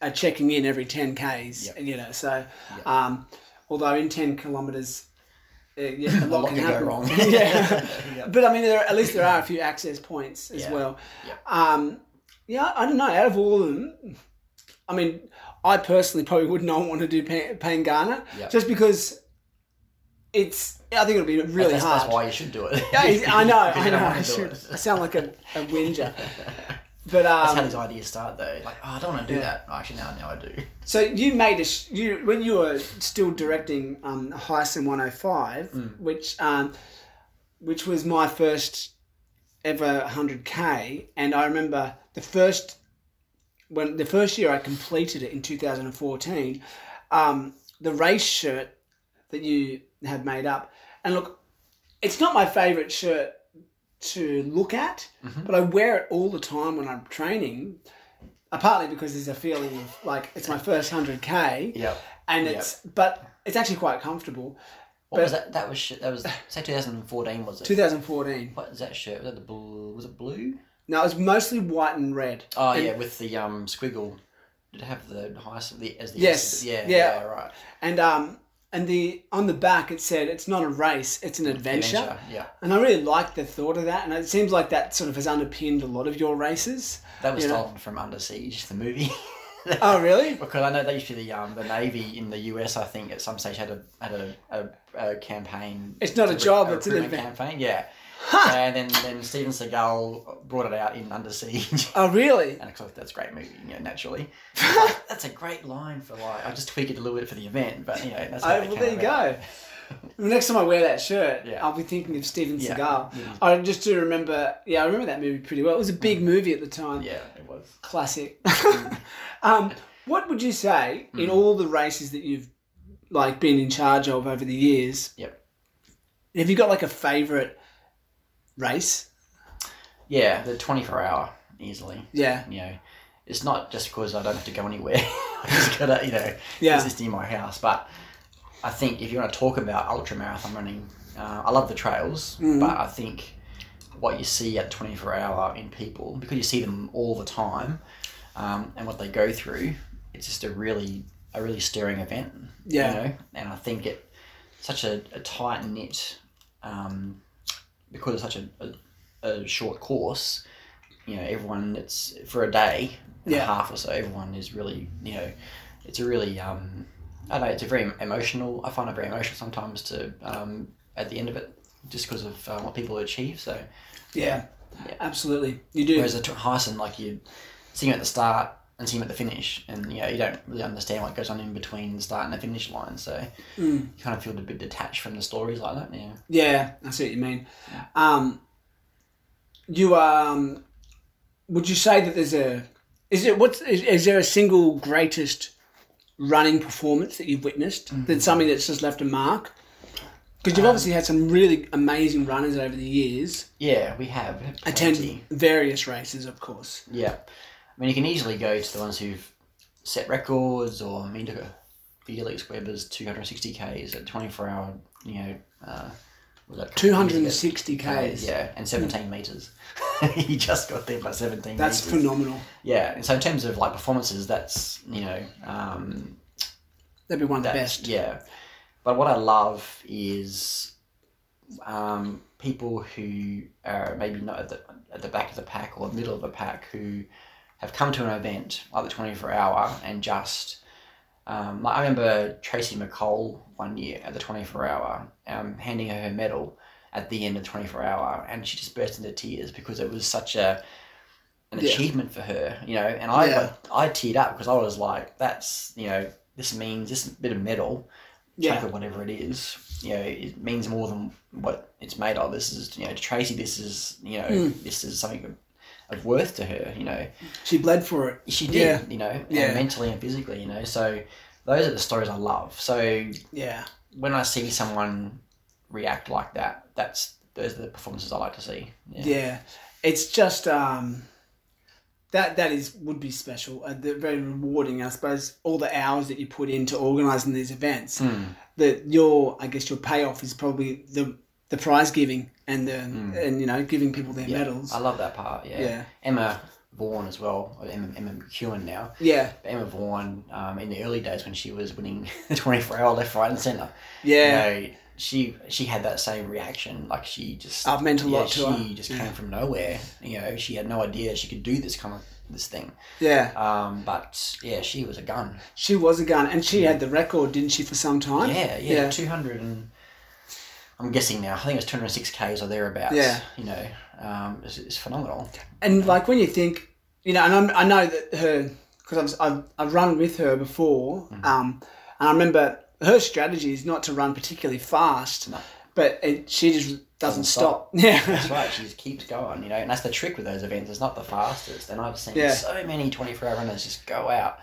Speaker 2: are checking in every ten k's.
Speaker 1: Yep.
Speaker 2: You know, so
Speaker 1: Yep.
Speaker 2: um, although in ten kilometers, uh, yeah, a
Speaker 1: A
Speaker 2: lot,
Speaker 1: lot
Speaker 2: can,
Speaker 1: can go
Speaker 2: happen.
Speaker 1: wrong.
Speaker 2: yeah,
Speaker 1: Yep.
Speaker 2: but I mean, there, at least there are a few access points as
Speaker 1: Yeah.
Speaker 2: well.
Speaker 1: Yep.
Speaker 2: Um, yeah, I- I don't know. Out of all of them, I mean, I personally probably would not want to do Pa- Pangana
Speaker 1: Yep.
Speaker 2: just because. It's. I think it'll be really
Speaker 1: that's,
Speaker 2: hard.
Speaker 1: that's why you should do it.
Speaker 2: Yeah, he's- I know,
Speaker 1: Because
Speaker 2: I
Speaker 1: you don't
Speaker 2: know.
Speaker 1: wanna
Speaker 2: I,
Speaker 1: do
Speaker 2: should,
Speaker 1: it.
Speaker 2: I sound like a, a whinger. But um,
Speaker 1: That's how these ideas start, though. Like, oh, I don't want to do that. Actually, now, now I do.
Speaker 2: so you made a sh- you when you were still directing um, Heisen 105,
Speaker 1: Hmm.
Speaker 2: which um, which was my first ever 100k, and I remember the first when the first year I completed it in 2014, um, the race shirt that you had made up, and look, it's not my favorite shirt to look at,
Speaker 1: Mm-hmm.
Speaker 2: but I wear it all the time when I'm training. uh, Partly because there's a feeling of like it's my first hundred k,
Speaker 1: Yep.
Speaker 2: and
Speaker 1: Yep.
Speaker 2: it's but it's actually quite comfortable.
Speaker 1: What was that? That was sh- that was say 2014 was it?
Speaker 2: 2014.
Speaker 1: what is that shirt? Was that the blue? Was it blue?
Speaker 2: No, it was mostly white and red.
Speaker 1: Oh
Speaker 2: And-
Speaker 1: yeah, with the um squiggle. Did it have the highest the, as the
Speaker 2: Yes.
Speaker 1: Yeah,
Speaker 2: Yeah.
Speaker 1: yeah. Right.
Speaker 2: And um and the on the back it said it's not a race, it's an adventure.
Speaker 1: Adventure, Yeah.
Speaker 2: And I really liked the thought of that, and it seems like that sort of has underpinned a lot of your races.
Speaker 1: That was
Speaker 2: You know?
Speaker 1: stolen from Under Siege, the movie.
Speaker 2: Oh, really?
Speaker 1: because I know they used to the um the Navy in the US. I think at some stage had a had a, a, a campaign.
Speaker 2: It's not a
Speaker 1: re-
Speaker 2: job, it's an
Speaker 1: recruitment
Speaker 2: event.
Speaker 1: campaign. Yeah. And then then Steven Seagal brought it out in Under Siege.
Speaker 2: Oh, really?
Speaker 1: And of course, that's a great movie, you know, naturally. Like, that's a great line for like. I just tweak it a little bit for the event, but you know, that's how
Speaker 2: Oh,
Speaker 1: it
Speaker 2: well,
Speaker 1: came
Speaker 2: there you
Speaker 1: about.
Speaker 2: go. The next time I wear that shirt,
Speaker 1: Yeah.
Speaker 2: I'll be thinking of Steven
Speaker 1: Yeah. Mm.
Speaker 2: Seagal. I just do remember, yeah, I remember that movie pretty well. It was a big movie at the time.
Speaker 1: Yeah, it was.
Speaker 2: Classic.
Speaker 1: Mm.
Speaker 2: um, what would you say in all the races that you've like been in charge of over the years?
Speaker 1: Yep.
Speaker 2: Have you got like a favorite race?
Speaker 1: Yeah, the twenty four hour easily.
Speaker 2: Yeah.
Speaker 1: you know, it's not just because I don't have to go anywhere. I just gotta, you know,
Speaker 2: Yeah.
Speaker 1: it's just in my house. But I think if you want to talk about ultra marathon running, uh, I love the trails, but I think what you see at 24 hour in people, because you see them all the time um, and what they go through, it's just a really, a really stirring event.
Speaker 2: Yeah.
Speaker 1: You know? And I think it, such a, a tight knit, um, because it's such a, a, a short course, you know, everyone it's for a day and
Speaker 2: Yeah.
Speaker 1: a half or so, everyone is really, you know, it's a really, um, I don't know, it's a very emotional, I find it very emotional sometimes to, um, at the end of it, just because of uh, what people achieve. So,
Speaker 2: Yeah.
Speaker 1: Yeah.
Speaker 2: Absolutely. You do.
Speaker 1: whereas a t- Heisen, like you see him at the start and see him at the finish, and you know, you don't really understand what goes on in between the start and the finish line. So,
Speaker 2: Mm.
Speaker 1: you kind of feel a bit detached from the stories like that. Yeah.
Speaker 2: Yeah, I see what you mean. Um, you um, would you say that there's a is it what's is, is there a single
Speaker 1: Mm-hmm.
Speaker 2: greatest running performance that you've witnessed that's something that's just left a mark? Because you've
Speaker 1: Uh,
Speaker 2: obviously had some really amazing runners over the years,
Speaker 1: Yeah, we have. we have
Speaker 2: attend
Speaker 1: plenty.
Speaker 2: various races, of course.
Speaker 1: Yeah. I mean, you can easily go to the ones who've set records or, I mean, look at Felix Weber's 260Ks at 24 hour, you know, uh, was that a couple of years ago? Uh,
Speaker 2: 260 Ks.
Speaker 1: Yeah, and 17 metres. he just got there by 17
Speaker 2: That's
Speaker 1: metres.
Speaker 2: phenomenal.
Speaker 1: Yeah, and so in terms of like performances, that's, you know, um,
Speaker 2: That'd be one of the
Speaker 1: that's-
Speaker 2: best.
Speaker 1: Yeah. But what I love is um, people who are maybe not at the, at the back of the pack or middle of the pack who have come to an event like the 24 hour and just. Um, like I remember Tracy McColl one year at the 24 hour, um, handing her her medal at the end of the 24 hour, and she just burst into tears because it was such a an
Speaker 2: Yeah.
Speaker 1: achievement for her, you know. And I
Speaker 2: Yeah.
Speaker 1: I teared up because I was like, that's you know, this means this bit of metal, chunk
Speaker 2: Yeah.
Speaker 1: of whatever it is, you know, it means more than what it's made of. This is, you know, to Tracy, this is, you know,
Speaker 2: Mm.
Speaker 1: this is something of, of worth to her, you know.
Speaker 2: She bled for it.
Speaker 1: She did,
Speaker 2: Yeah.
Speaker 1: you know, and
Speaker 2: Yeah.
Speaker 1: mentally and physically, you know. So those are the stories I love. So
Speaker 2: Yeah.
Speaker 1: when I see someone react like that, that's those are the performances I like to see.
Speaker 2: Yeah. It's just um that that is would be special. Uh, they're very rewarding, I suppose. All the hours that you put into organising these events,
Speaker 1: Hmm.
Speaker 2: that your I guess your payoff is probably the the prize giving and the and you know giving people their
Speaker 1: Hmm. Yeah.
Speaker 2: medals.
Speaker 1: I love that part. Yeah.
Speaker 2: Yeah.
Speaker 1: Emma Vaughan as well, or Emma, Emma McEwen now.
Speaker 2: Yeah.
Speaker 1: But Emma Vaughan, um, in the early days when she was winning the 24 hour left, right, and centre,
Speaker 2: Yeah.
Speaker 1: you know, she she had that same reaction. Like she just,
Speaker 2: I've meant a
Speaker 1: yeah,
Speaker 2: lot
Speaker 1: she
Speaker 2: to her.
Speaker 1: just came from nowhere. You know, she had no idea she could do this kind of this thing.
Speaker 2: Yeah.
Speaker 1: Um, but yeah, she was a gun.
Speaker 2: She was a gun and she had the record, didn't she, for some time?
Speaker 1: Yeah, yeah,
Speaker 2: Yeah.
Speaker 1: 200 and I'm guessing now. I think it's 206 k's or thereabouts.
Speaker 2: Yeah.
Speaker 1: you know, um, it's, it's phenomenal.
Speaker 2: and like when you think, you know, and I'm, I know that her because I've, I've I've run with her before, um, and I remember her strategy is not to run particularly fast,
Speaker 1: No.
Speaker 2: but it, she just doesn't,
Speaker 1: stop.
Speaker 2: stop. Yeah,
Speaker 1: That's right. She just keeps going, you know, and that's the trick with those events. It's not the fastest, and I've seen
Speaker 2: Yeah.
Speaker 1: so many twenty-four hour runners just go out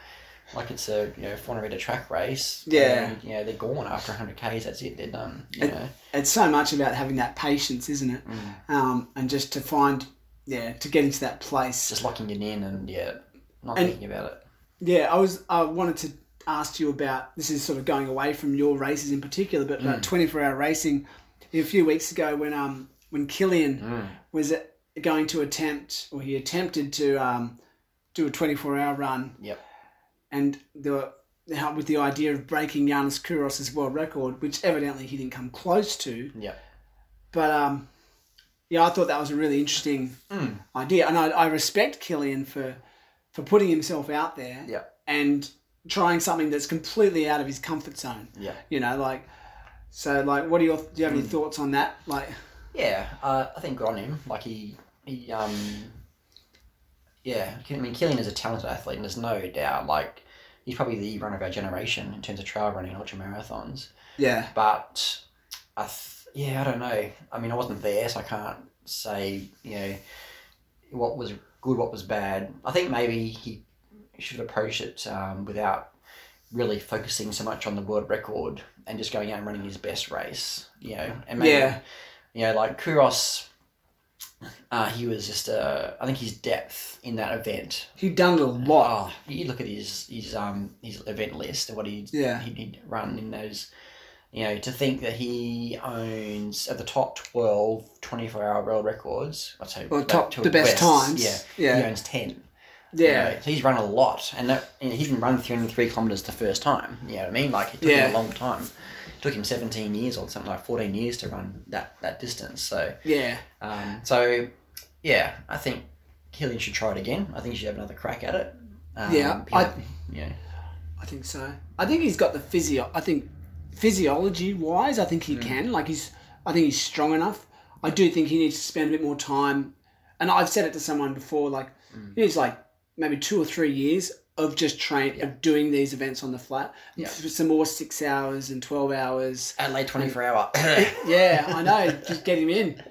Speaker 1: like it's a you know four hundred meter track race.
Speaker 2: Yeah.
Speaker 1: and, you know they're gone after hundred k's. That's it. They're done. You know, Mm.
Speaker 2: it's so much about having that patience, isn't it? Um, and just to find, yeah, to get into that place.
Speaker 1: just locking it in and yeah, not
Speaker 2: And-
Speaker 1: thinking about it.
Speaker 2: Yeah, I was. I wanted to ask you about this. Is sort of going away from your races in particular, but about twenty-four hour racing. A few weeks ago, when um when Killian
Speaker 1: Mm,
Speaker 2: was going to attempt, or he attempted to um do a twenty-four hour run,
Speaker 1: Yep.
Speaker 2: and they were helped with the idea of breaking Giannis Kouros's world record, which evidently he didn't come close to.
Speaker 1: Yep.
Speaker 2: But um, yeah, I thought that was a really interesting idea, and I, I respect Killian for for putting himself out there
Speaker 1: Yeah.
Speaker 2: and trying something that's completely out of his comfort zone.
Speaker 1: Yeah.
Speaker 2: You know, like so. Like, what are your do you have any thoughts on that? Like,
Speaker 1: Yeah, uh, I think good on him. Like he, he, um, yeah. I mean, Killian is a talented athlete, and there's no doubt. Like he's probably the runner of our generation in terms of trail running and ultra marathons.
Speaker 2: yeah,
Speaker 1: But I, th- yeah, I don't know. I mean, I wasn't there, so I can't say you know what was good, what was bad. I think maybe he should approach it um, without really focusing so much on the world record and just going out and running his best race. You know, and maybe,
Speaker 2: Yeah.
Speaker 1: you know, like Kuros. Uh, he was just, uh, I think his depth in that event
Speaker 2: he'd done it a lot.
Speaker 1: oh, you look at his his um his event list and what he
Speaker 2: Yeah.
Speaker 1: he did run in those. You know, to think that he owns at the top 12 24 hour world records. I'd say
Speaker 2: Well,
Speaker 1: like,
Speaker 2: top-
Speaker 1: to
Speaker 2: the best times.
Speaker 1: Yeah,
Speaker 2: Yeah.
Speaker 1: he owns ten. you
Speaker 2: yeah,
Speaker 1: know, so he's run a lot, and that you know, he didn't run 303 kilometers the first time. You know what I mean? Like it took
Speaker 2: Yeah.
Speaker 1: him a long time. It took him 17 years or something like 14 years to run that that distance. So
Speaker 2: yeah,
Speaker 1: um, so, yeah, I think Killian should try it again. I think he should have another crack at it. Um,
Speaker 2: Yeah,
Speaker 1: he-
Speaker 2: I-
Speaker 1: yeah,
Speaker 2: I think so. I think he's got the physio. I think physiology wise, I think he can. Like he's, I think he's strong enough. I do think he needs to spend a bit more time. And I've said it to someone before. Like he needs like maybe two or three years of just train of doing these events on the flat.
Speaker 1: Yeah.
Speaker 2: Some more six hours and twelve hours.
Speaker 1: Adelaide twenty four hour.
Speaker 2: Yeah, I know. just get him in.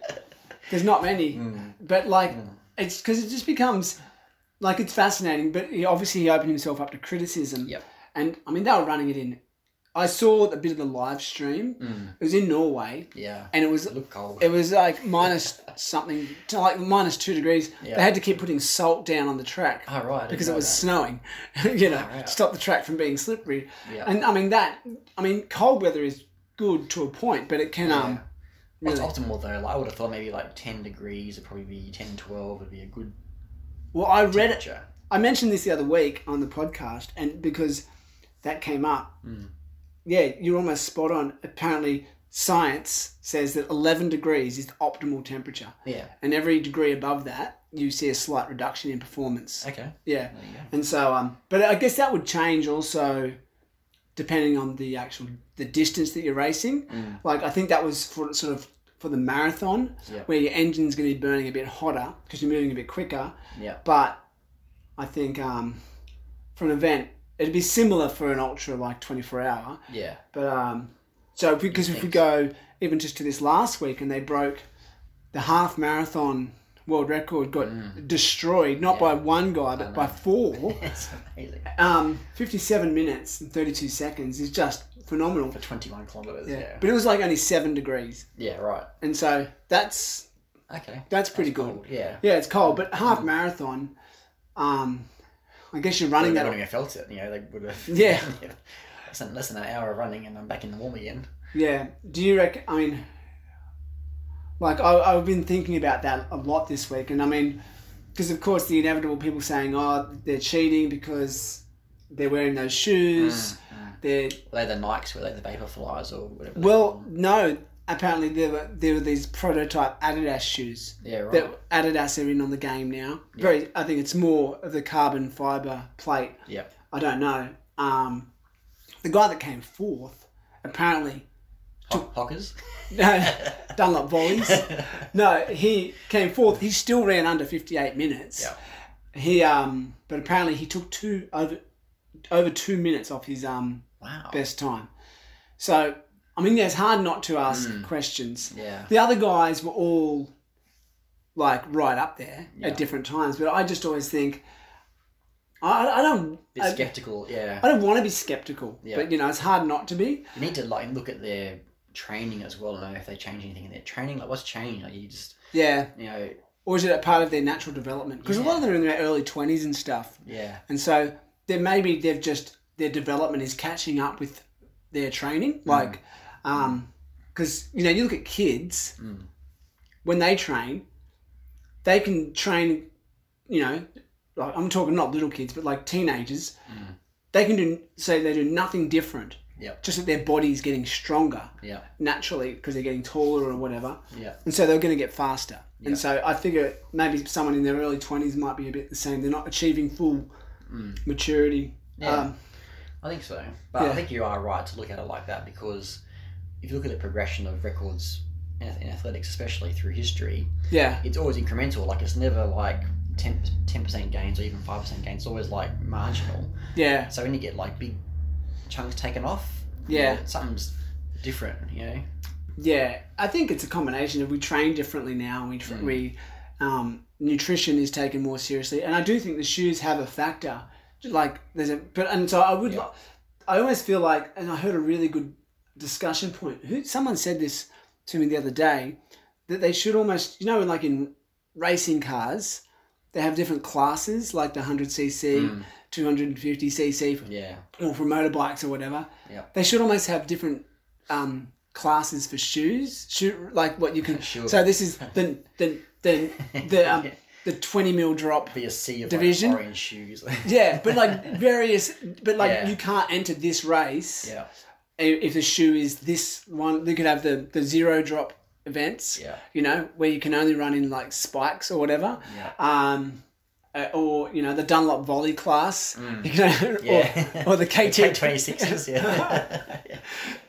Speaker 2: There's not many, but like it's because it just becomes like it's fascinating. But he, obviously, he opened himself up to criticism.
Speaker 1: Yep.
Speaker 2: And I mean, they were running it in I saw a bit of the live stream.
Speaker 1: Mm.
Speaker 2: It was in Norway,
Speaker 1: Yeah.
Speaker 2: and it was
Speaker 1: It looked cold.
Speaker 2: it was like minus something, to like minus two degrees.
Speaker 1: Yeah.
Speaker 2: They had to keep putting salt down on the track
Speaker 1: oh, right. I didn't
Speaker 2: because it
Speaker 1: know
Speaker 2: was
Speaker 1: that.
Speaker 2: snowing. you know,
Speaker 1: Far out.
Speaker 2: stop the track from being slippery.
Speaker 1: Yeah.
Speaker 2: And I mean that. I mean, cold weather is good to a point, but it can um.
Speaker 1: Yeah. What's
Speaker 2: really-
Speaker 1: optimal though? Like, I would have thought maybe like 10 degrees would probably be 10, 12 would be a good
Speaker 2: Well, I read it.
Speaker 1: temperature.
Speaker 2: I mentioned this the other week on the podcast, and because that came up,
Speaker 1: Mm.
Speaker 2: yeah, you're almost spot on. Apparently, science says that 11 degrees is the optimal temperature,
Speaker 1: Yeah.
Speaker 2: and every degree above that, you see a slight reduction in performance.
Speaker 1: Okay.
Speaker 2: Yeah,
Speaker 1: There you go.
Speaker 2: and so, um, but I guess that would change also depending on the actual the distance that you're racing.
Speaker 1: Mm.
Speaker 2: Like, I think that was for sort of for the marathon,
Speaker 1: Yeah.
Speaker 2: where your engine's going to be burning a bit hotter because you're moving a bit quicker.
Speaker 1: Yeah.
Speaker 2: But I think um, for an event, it'd be similar for an ultra like 24 hour.
Speaker 1: Yeah.
Speaker 2: But um, so because if we
Speaker 1: Thanks.
Speaker 2: go even just to this last week and they broke the half marathon world record, got destroyed not by one guy but by four.
Speaker 1: It's amazing.
Speaker 2: um, 57 minutes and 32 seconds is just phenomenal.
Speaker 1: For 21 kilometers.
Speaker 2: Yeah.
Speaker 1: Yeah.
Speaker 2: But it was like only seven degrees,
Speaker 1: Yeah, right.
Speaker 2: and so that's
Speaker 1: Okay.
Speaker 2: that's pretty good.
Speaker 1: Cold. Yeah.
Speaker 2: Yeah, it's cold, Mm. but half marathon. Um, I guess you're
Speaker 1: I think
Speaker 2: running
Speaker 1: they
Speaker 2: that.
Speaker 1: wouldn't have felt it, you know, they would have.
Speaker 2: Yeah.
Speaker 1: Less than, less than an hour of running and I'm back in the warm again.
Speaker 2: Yeah. Do you reckon? I mean, like I, I've been thinking about that a lot this week, and I mean, because of course the inevitable people saying, "Oh, they're cheating because they're wearing those
Speaker 1: Mm.
Speaker 2: shoes." They're
Speaker 1: Were they the Nikes? Were they the Vaporflies or whatever? they
Speaker 2: mm. well,
Speaker 1: call
Speaker 2: no. Apparently, there were there were these prototype Adidas shoes
Speaker 1: them? yeah, right.
Speaker 2: that Adidas are in on the game now. Very, I think it's more of the carbon fiber plate
Speaker 1: yeah.
Speaker 2: I don't know. Um, the guy that came fourth, apparently,
Speaker 1: Ho- hockers?
Speaker 2: no, Dunlop volleys. No, he came fourth. He still ran under fifty-eight minutes.
Speaker 1: Yeah.
Speaker 2: He, um, but apparently he took two over, over two minutes off his um
Speaker 1: Wow.
Speaker 2: best time. So I mean, yeah, it's hard not to ask
Speaker 1: Hmm.
Speaker 2: questions.
Speaker 1: Yeah.
Speaker 2: The other guys were all like right up there
Speaker 1: Yeah.
Speaker 2: at different times, but I just always think I, I don't
Speaker 1: Bit
Speaker 2: I-
Speaker 1: skeptical, yeah.
Speaker 2: I don't want to be skeptical,
Speaker 1: Yeah.
Speaker 2: but you know, it's hard not to be.
Speaker 1: you need to like look at their training as well and know if they change anything in their training. Like what's changed? Like you just
Speaker 2: Yeah.
Speaker 1: you know
Speaker 2: Or is it a part of their natural development? Because a lot of them are in their early 20s and stuff.
Speaker 1: yeah
Speaker 2: And so they maybe they've just, their development is catching up with their training.
Speaker 1: Mm.
Speaker 2: Like, um, because, you know, you look at kids,
Speaker 1: Mm.
Speaker 2: when they train, they can train, you know, like I'm talking not little kids, but like teenagers.
Speaker 1: Mm.
Speaker 2: They can do, so they do nothing different.
Speaker 1: Yep.
Speaker 2: Just that their body's getting stronger
Speaker 1: yeah
Speaker 2: naturally because they're getting taller or whatever.
Speaker 1: yeah
Speaker 2: and so they're going to get faster.
Speaker 1: Yeah.
Speaker 2: And so I figure maybe someone in their early twenties might be a bit the same. They're not achieving full
Speaker 1: Mm.
Speaker 2: maturity.
Speaker 1: yeah.
Speaker 2: Um,
Speaker 1: I think so, but I
Speaker 2: yeah.
Speaker 1: think you are right to look at it like that because if you look at the progression of records in in athletics, especially through history,
Speaker 2: yeah,
Speaker 1: it's always incremental. Like it's never like 10 percent gains or even five percent gains. It's always like marginal.
Speaker 2: yeah,
Speaker 1: So when you get like big chunks taken off,
Speaker 2: Yeah.
Speaker 1: you know, something's different. You know,
Speaker 2: yeah. I think it's a combination of we train differently now. We tr
Speaker 1: Mm.
Speaker 2: we um, nutrition is taken more seriously, and I do think the shoes have a factor. Like there's a but and so I would.
Speaker 1: Yeah.
Speaker 2: li- I always feel like, and I heard a really good discussion point. Who someone said this to me the other day that they should almost, you know, like in racing cars, they have different classes, like the 100cc,
Speaker 1: Mm.
Speaker 2: 250cc, for-
Speaker 1: yeah,
Speaker 2: or for motorbikes or whatever.
Speaker 1: Yeah.
Speaker 2: They should almost have different um, classes for shoes, shoe, like what you can.
Speaker 1: Sure.
Speaker 2: So this is the the the the, um,
Speaker 1: Yeah.
Speaker 2: the 20 mil drop.
Speaker 1: be a sea of
Speaker 2: Division?
Speaker 1: Like, orange shoes.
Speaker 2: Yeah, but like various, but like
Speaker 1: Yeah.
Speaker 2: you can't enter this race
Speaker 1: yeah,
Speaker 2: i- if the shoe is this one. They could have the the zero drop events,
Speaker 1: yeah,
Speaker 2: you know, where you can only run in like spikes or whatever.
Speaker 1: yeah.
Speaker 2: um, uh, or you know the Dunlop volley class,
Speaker 1: Mm.
Speaker 2: you know,
Speaker 1: Yeah.
Speaker 2: or, or the KT
Speaker 1: twenty sixes, yeah. yeah.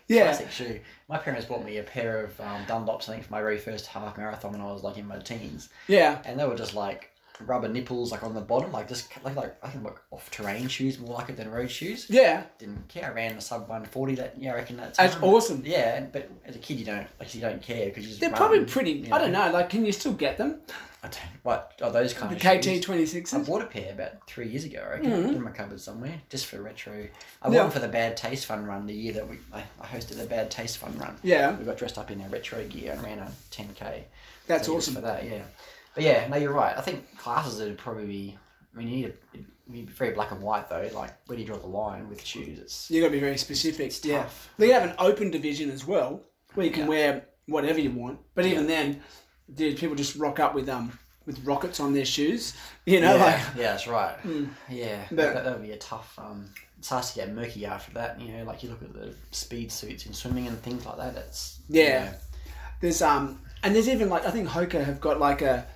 Speaker 2: Yeah,
Speaker 1: Classic shoe. My parents bought me a pair of um, Dunlops, I think, for my very first half marathon when I was like in my teens,
Speaker 2: yeah,
Speaker 1: and they were just like rubber nipples, like on the bottom, like just like like I think like off terrain shoes more like it than road shoes.
Speaker 2: yeah.
Speaker 1: Didn't care. I ran the sub one forty. That yeah, I reckon that's
Speaker 2: That's awesome.
Speaker 1: Yeah, but as a kid you don't like you don't care because you just
Speaker 2: They're
Speaker 1: run,
Speaker 2: probably pretty.
Speaker 1: you
Speaker 2: I don't know. Like, can you still get them?
Speaker 1: I don't, what are those kind
Speaker 2: The
Speaker 1: of
Speaker 2: KT
Speaker 1: shoes?
Speaker 2: twenty
Speaker 1: I
Speaker 2: sixes.
Speaker 1: bought a pair about three years ago. I reckon
Speaker 2: Mhm.
Speaker 1: in my cupboard somewhere, just for retro. I bought
Speaker 2: Yeah.
Speaker 1: them for the Bad Taste Fun Run the year that we I, I hosted the Bad Taste Fun Run.
Speaker 2: Yeah,
Speaker 1: We got dressed up in our retro gear and ran a ten k.
Speaker 2: that's
Speaker 1: So just for
Speaker 2: awesome.
Speaker 1: that. Yeah, but yeah, no, you're right. I think classes would probably be. I mean, you need a, you need to be very black and white though. Like where do you draw the line with shoes? It's
Speaker 2: You got to be very specific.
Speaker 1: it's
Speaker 2: yeah,
Speaker 1: tough.
Speaker 2: they have an open division as well, where you can
Speaker 1: Yeah.
Speaker 2: wear whatever you want. But even then, dude, people just rock up with um with rockets on their shoes. You know,
Speaker 1: yeah,
Speaker 2: like
Speaker 1: yeah, that's right.
Speaker 2: Mm.
Speaker 1: Yeah,
Speaker 2: But-
Speaker 1: that, that would be a tough. Um, it starts to get murky after that. You know, like you look at the speed suits in swimming and things like that. It's you
Speaker 2: Yeah.
Speaker 1: know,
Speaker 2: there's um and there's even like I think Hoka have got like a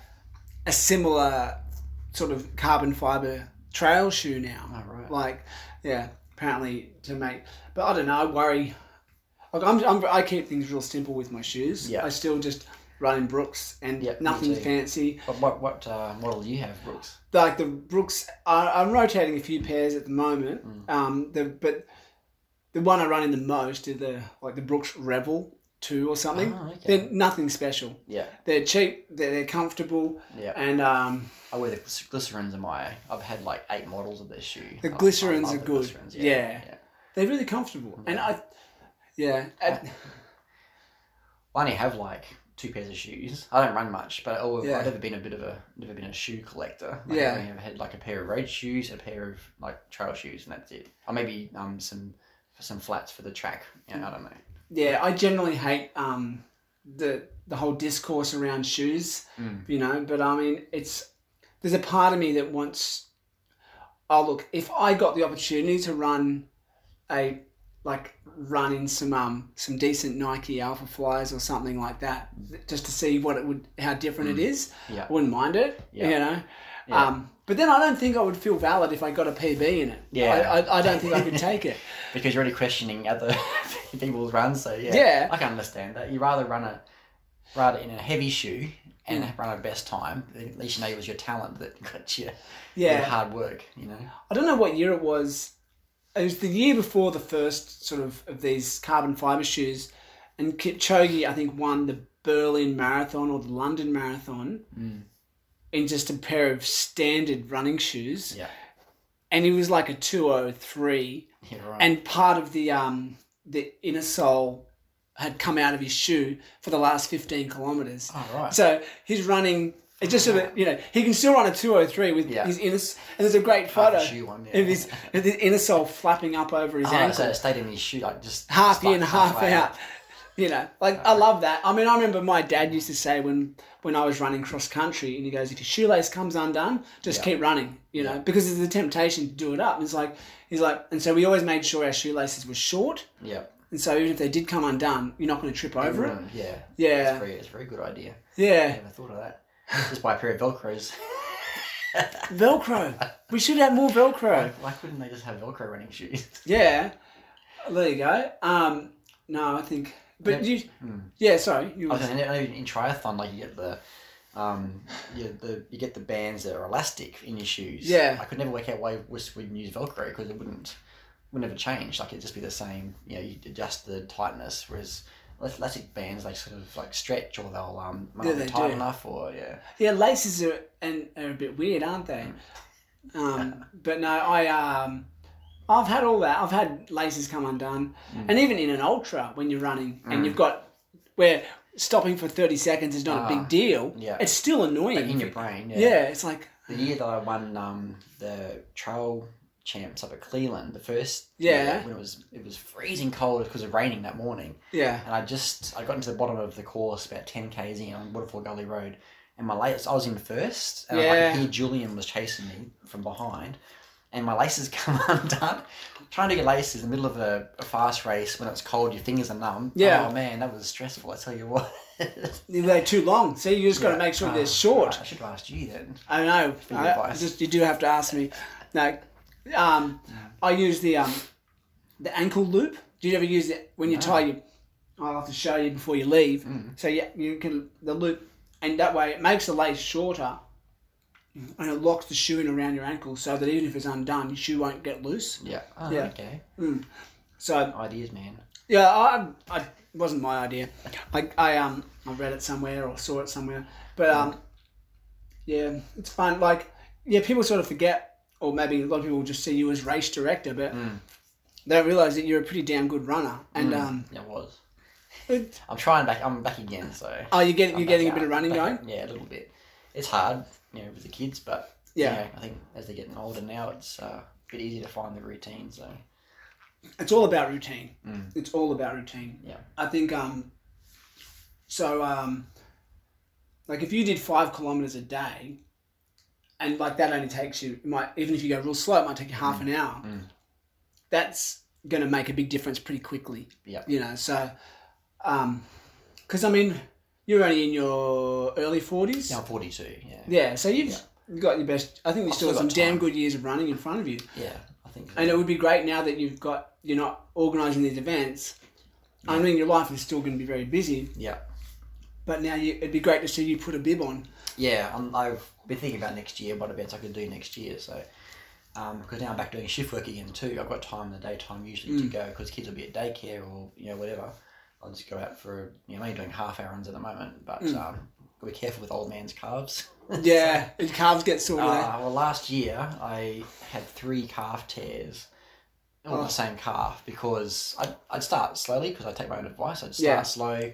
Speaker 2: a similar sort of carbon fiber trail shoe now.
Speaker 1: oh, right.
Speaker 2: Like, yeah, apparently to make. But I don't know. I worry. Like I'm, I'm, I keep things real simple with my shoes.
Speaker 1: Yeah.
Speaker 2: I still just run in Brooks and
Speaker 1: Yeah, me
Speaker 2: nothing
Speaker 1: too.
Speaker 2: fancy.
Speaker 1: But what what uh, model do you have, Brooks?
Speaker 2: Like the Brooks, I, I'm rotating a few pairs at the moment.
Speaker 1: Mm.
Speaker 2: Um, the but the one I run in the most is the like the Brooks Rebel two or something.
Speaker 1: Oh, okay.
Speaker 2: They're nothing special.
Speaker 1: yeah,
Speaker 2: They're cheap. They're, they're comfortable.
Speaker 1: yeah.
Speaker 2: And um,
Speaker 1: I wear the glyc- glycerins in my. I've had like eight models of this shoe.
Speaker 2: The
Speaker 1: I- I
Speaker 2: glycerins
Speaker 1: love
Speaker 2: are
Speaker 1: the
Speaker 2: good.
Speaker 1: glycerins,
Speaker 2: Yeah. they're really comfortable. And I, yeah, and-
Speaker 1: I only have like two pairs of shoes. I don't run much, but I always,
Speaker 2: Yeah.
Speaker 1: I've never been a bit of a never been a shoe collector. Like,
Speaker 2: Yeah.
Speaker 1: I have had like a pair of road shoes, a pair of like trail shoes, and that's it. Or maybe um some some flats for the track. Yeah, I don't know.
Speaker 2: yeah, I generally hate um, the the whole discourse around shoes.
Speaker 1: Mm.
Speaker 2: You know, but I mean, it's there's a part of me that wants. Oh look, if I got the opportunity to run a like run in some um some decent Nike Alpha Flies or something like that, just to see what it would how different
Speaker 1: Mm.
Speaker 2: it is,
Speaker 1: Yeah.
Speaker 2: I wouldn't mind it.
Speaker 1: Yeah.
Speaker 2: You know.
Speaker 1: Yeah.
Speaker 2: Um, but then I don't think I would feel valid if I got a PB in it.
Speaker 1: Yeah.
Speaker 2: I, I, I don't think I could take it.
Speaker 1: because you're already questioning other people's runs. So yeah,
Speaker 2: Yeah.
Speaker 1: I can understand that. You rather run a rather in a heavy shoe and
Speaker 2: Mm.
Speaker 1: run a best time. At least you know it was your talent that got you your
Speaker 2: Yeah.
Speaker 1: hard work. You know.
Speaker 2: I don't know what year it was. It was the year before the first sort of of these carbon fiber shoes, and Kipchoge I think won the Berlin Marathon or the London Marathon
Speaker 1: Mm.
Speaker 2: in just a pair of standard running shoes,
Speaker 1: Yeah.
Speaker 2: and he was like a two oh three,
Speaker 1: Yeah. Right.
Speaker 2: and part of the um the inner sole had come out of his shoe for the last fifteen kilometers.
Speaker 1: oh, right.
Speaker 2: So he's running. It's just sort of you know he can still run a two hundred three with
Speaker 1: Yeah.
Speaker 2: his inner. And there's a great
Speaker 1: Half
Speaker 2: photo
Speaker 1: a shoe one. Yeah.
Speaker 2: of his of his inner sole flapping up over his
Speaker 1: Oh,
Speaker 2: ankle,
Speaker 1: so it stayed in his shoe, like just
Speaker 2: half
Speaker 1: just
Speaker 2: in,
Speaker 1: like
Speaker 2: half
Speaker 1: halfway
Speaker 2: out. You know, like I love that. I mean, I remember my dad used to say when when I was running cross country, and he goes, "If your shoelace comes undone, just
Speaker 1: Yeah.
Speaker 2: keep running." You know, because there's a temptation to do it up. And it's like he's like, and so we always made sure our shoelaces were short,
Speaker 1: Yeah.
Speaker 2: and so even if they did come undone, you're not going to trip over it.
Speaker 1: Mm, Yeah. It's
Speaker 2: Yeah,
Speaker 1: very, it's a very good idea. I
Speaker 2: yeah.
Speaker 1: never thought of that. Just buy a pair of Velcros.
Speaker 2: Velcro. We should have more Velcro.
Speaker 1: Why couldn't they just have Velcro running shoes?
Speaker 2: Yeah, there you go. Um, no, I think, but
Speaker 1: Yeah.
Speaker 2: you,
Speaker 1: Mm.
Speaker 2: yeah, sorry, you
Speaker 1: I
Speaker 2: were,
Speaker 1: was gonna- I know in triathlon, like you get the, um, you, the you get the bands that are elastic in your shoes.
Speaker 2: Yeah.
Speaker 1: I could never work out why we would use Velcro because it wouldn't, would never change. Like it'd just be the same. You know, you adjust the tightness, whereas elastic bands they sort of like stretch or they'll um might
Speaker 2: Yeah,
Speaker 1: not be
Speaker 2: they
Speaker 1: tight
Speaker 2: do.
Speaker 1: enough or yeah.
Speaker 2: yeah, laces are and are a bit weird, aren't they? Um, but no, I um, I've had all that. I've had laces come undone,
Speaker 1: Mm.
Speaker 2: and even in an ultra when you're running and
Speaker 1: Mm.
Speaker 2: you've got where stopping for thirty seconds is not a
Speaker 1: Ah,
Speaker 2: big deal.
Speaker 1: yeah.
Speaker 2: it's still annoying.
Speaker 1: In your brain.
Speaker 2: yeah.
Speaker 1: yeah.
Speaker 2: it's like
Speaker 1: the year that I won um, the trail champs up at Cleveland, the first
Speaker 2: Yeah.
Speaker 1: year when it was it was freezing cold because of raining that morning,
Speaker 2: yeah,
Speaker 1: and I just I got into the bottom of the course about ten k's in on Waterfall Gully Road, and my laces I was in first, and I
Speaker 2: Yeah.
Speaker 1: could hear Julian was chasing me from behind, and my laces come undone. Trying to get laces in the middle of a, a fast race when it's cold, your fingers are numb.
Speaker 2: Yeah.
Speaker 1: Oh man, that was stressful. I tell you what.
Speaker 2: they're too long. So you just got to
Speaker 1: Yeah.
Speaker 2: make sure
Speaker 1: Ah,
Speaker 2: they're short.
Speaker 1: I should have asked you then.
Speaker 2: I know.
Speaker 1: your
Speaker 2: I,
Speaker 1: advice.
Speaker 2: just you do have to ask me. No, um, I use the um, the ankle loop. Do you ever use it when you
Speaker 1: No.
Speaker 2: tie your? I'll have to show you before you leave.
Speaker 1: Mm.
Speaker 2: So yeah, you can the loop, and that way it makes the lace shorter, and it locks the shoe in around your ankle so that even if it's undone, your shoe won't get loose.
Speaker 1: Yeah. Oh,
Speaker 2: Yeah.
Speaker 1: Okay.
Speaker 2: So
Speaker 1: Ideas, man.
Speaker 2: yeah, I, I wasn't my idea. I, I um I read it somewhere or saw it somewhere, but um yeah, it's fun. Like, yeah, people sort of forget, or maybe a lot of people just see you as race director, but
Speaker 1: Mm.
Speaker 2: they don't realize that you're a pretty damn good runner. And
Speaker 1: Mm.
Speaker 2: um,
Speaker 1: it was.
Speaker 2: it-
Speaker 1: I'm trying back. I'm back again. So
Speaker 2: oh, you get
Speaker 1: I'm
Speaker 2: you're
Speaker 1: back
Speaker 2: getting a
Speaker 1: out,
Speaker 2: bit of running
Speaker 1: back
Speaker 2: going.
Speaker 1: out, Yeah, a little bit. It's hard, you know, with the kids, but
Speaker 2: Yeah.
Speaker 1: you know, I think as they're getting older now, it's uh, a bit easier to find the routine. So
Speaker 2: It's all about routine.
Speaker 1: Mm.
Speaker 2: It's all about routine.
Speaker 1: Yeah.
Speaker 2: I think um, so um, like if you did five kilometers a day, and like that only takes you it might even if you go real slow, it might take you half an hour.
Speaker 1: Mm.
Speaker 2: That's going to make a big difference pretty quickly.
Speaker 1: Yeah.
Speaker 2: You know, so um, because I mean, you're only in your early forties.
Speaker 1: now I'm 42. Yeah,
Speaker 2: Yeah, so you've got your best. I think you
Speaker 1: I've
Speaker 2: still
Speaker 1: still
Speaker 2: got some
Speaker 1: got
Speaker 2: damn
Speaker 1: time.
Speaker 2: good years of running in front of you,
Speaker 1: yeah, I think. So.
Speaker 2: and it would be great now that you've got you're not organising these events. I mean, your life is still going to be very busy,
Speaker 1: yeah,
Speaker 2: but now you, it'd be great to see you put a bib on.
Speaker 1: yeah. I'm, I've been thinking about next year, what events I could do next year. So um, because now I'm back doing shift work again too. I've got time in the daytime usually to go because kids will be at daycare or you know whatever. I'll just go out for you know I'm only doing half hour runs at the moment, but um, be careful with old man's calves.
Speaker 2: Yeah, and calves get sorted out.
Speaker 1: Uh, well, last year I had three calf tears all in
Speaker 2: Oh.
Speaker 1: the same calf because I'd, I'd start slowly because I take my own advice. I'd start
Speaker 2: Yeah.
Speaker 1: slow,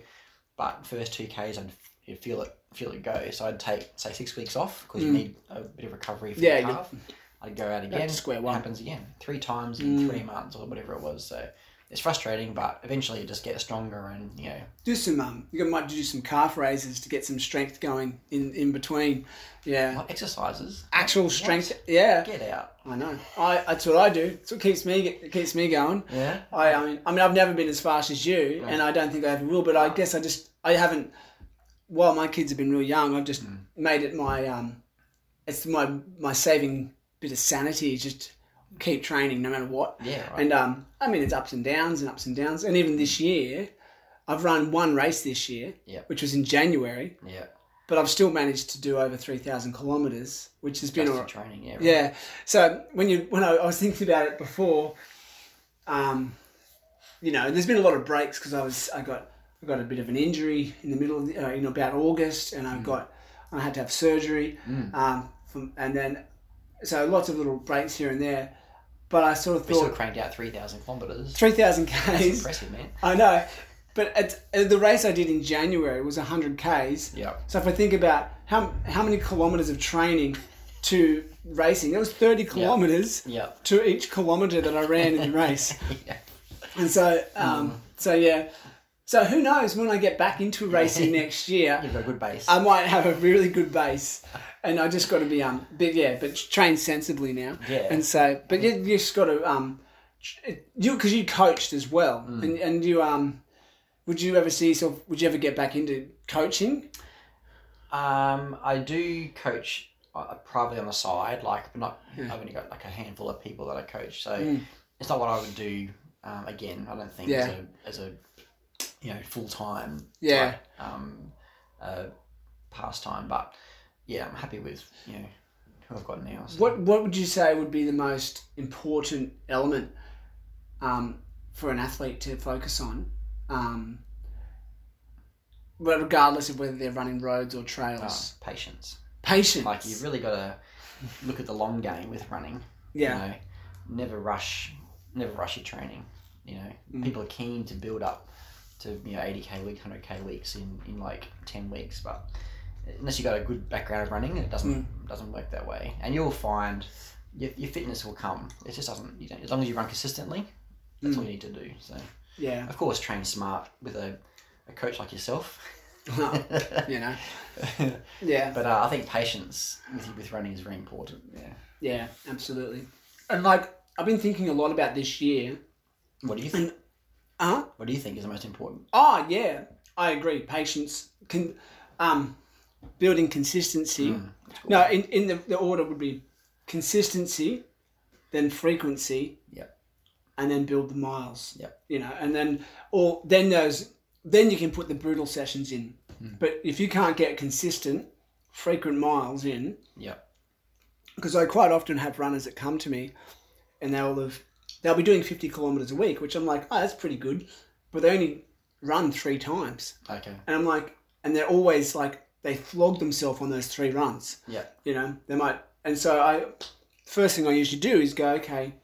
Speaker 1: but first two Ks I'd you feel it feel it go. So I'd take say six weeks off because you
Speaker 2: Mm.
Speaker 1: need a bit of recovery for
Speaker 2: Yeah,
Speaker 1: your
Speaker 2: you-
Speaker 1: calf. I'd go out again.
Speaker 2: to square one.
Speaker 1: happens again three times in
Speaker 2: Mm.
Speaker 1: three months or whatever it was. So it's frustrating, but eventually you just get stronger and you know
Speaker 2: Do some um, you might do some calf raises to get some strength going in in between. Yeah,
Speaker 1: like exercises.
Speaker 2: actual strength. Yeah,
Speaker 1: Get out.
Speaker 2: I know. I that's what I do. It's what keeps me it keeps me going.
Speaker 1: Yeah.
Speaker 2: I, I mean, I mean, I've never been as fast as you, and I don't think I ever will. But I guess I just, I haven't. While my kids have been real young, I've just made it my, um, it's my my saving bit of sanity. is Just keep training no matter what.
Speaker 1: Yeah. Right.
Speaker 2: And um, I mean, it's ups and downs and ups and downs. And even this year, I've run one race this year,
Speaker 1: Yeah.
Speaker 2: which was in January,
Speaker 1: yeah.
Speaker 2: but I've still managed to do over three thousand kilometers, which has been
Speaker 1: Just
Speaker 2: all
Speaker 1: the
Speaker 2: right.
Speaker 1: training. Yeah. right.
Speaker 2: Yeah. So when you when I, I was thinking about it before, um, you know, there's been a lot of breaks because I was I got I got a bit of an injury in the middle of the, uh, in about August, and I got I had to have surgery,
Speaker 1: Mm.
Speaker 2: um, from, and then so lots of little breaks here and there. But I sort of
Speaker 1: We still
Speaker 2: thought
Speaker 1: cranked out 3,000 kilometres.
Speaker 2: three thousand
Speaker 1: That's
Speaker 2: k's.
Speaker 1: impressive, man.
Speaker 2: I know, but it's, uh, the race I did in January was hundred k's.
Speaker 1: Yeah.
Speaker 2: So if I think about how how many kilometers of training to racing, it was thirty kilometers
Speaker 1: Yeah.
Speaker 2: to each kilometer that I ran in the race. And so, um,
Speaker 1: Mm.
Speaker 2: so yeah, so who knows when I get back into racing next year,
Speaker 1: You've got a good base.
Speaker 2: I might have a really good base. And I just got to be um, but yeah, but train sensibly now.
Speaker 1: Yeah.
Speaker 2: And so, but you, you just got to um, you because you coached as well,
Speaker 1: Mm.
Speaker 2: and and you um, would you ever see yourself? Would you ever get back into coaching?
Speaker 1: um, I do coach uh, probably on the side, like, but not, I've only got like a handful of people that I coach. So it's not what I would do um, again, I don't think,
Speaker 2: Yeah.
Speaker 1: as, a, as a, you know, full time,
Speaker 2: Yeah.
Speaker 1: um, uh, pastime. But yeah, I'm happy with, you know, who I've got now. So.
Speaker 2: What What would you say would be the most important element um, for an athlete to focus on, um, well, regardless of whether they're running roads or
Speaker 1: Uh,
Speaker 2: trails?
Speaker 1: patience.
Speaker 2: Patience.
Speaker 1: Like, you've really got to look at the long game with running.
Speaker 2: yeah.
Speaker 1: you know, never rush, never rush your training. You know, people are keen to build up to you know eighty k weeks, hundred k weeks in, in like ten weeks, but unless you got a good background of running, it doesn't doesn't work that way. And you'll find your, your fitness will come. It just doesn't. You don't, as long as you run consistently, that's all you need to do. So
Speaker 2: Yeah.
Speaker 1: of course, train smart with a, a coach like yourself.
Speaker 2: you know.
Speaker 1: but
Speaker 2: Yeah.
Speaker 1: uh, I think patience with, with running is very important. Yeah.
Speaker 2: Yeah. Absolutely. And like I've been thinking a lot about this year.
Speaker 1: What do you think?
Speaker 2: Huh?
Speaker 1: What do you think is the most important?
Speaker 2: Oh yeah, I agree. Patience can, um, building consistency.
Speaker 1: Hmm.
Speaker 2: No, in, in the, the order would be consistency, then frequency,
Speaker 1: Yep.
Speaker 2: and then build the miles.
Speaker 1: Yep.
Speaker 2: You know, and then or then those then you can put the brutal sessions in.
Speaker 1: Hmm.
Speaker 2: But if you can't get consistent, frequent miles in,
Speaker 1: Yep.
Speaker 2: because I quite often have runners that come to me, and they'll have they'll be doing fifty kilometers a week, which I'm like, oh, that's pretty good, but they only run three times,
Speaker 1: Okay.
Speaker 2: and I'm like, and they're always like they flog themselves on those three runs.
Speaker 1: Yeah.
Speaker 2: You know, they might, and so I, first thing I usually do is go, okay,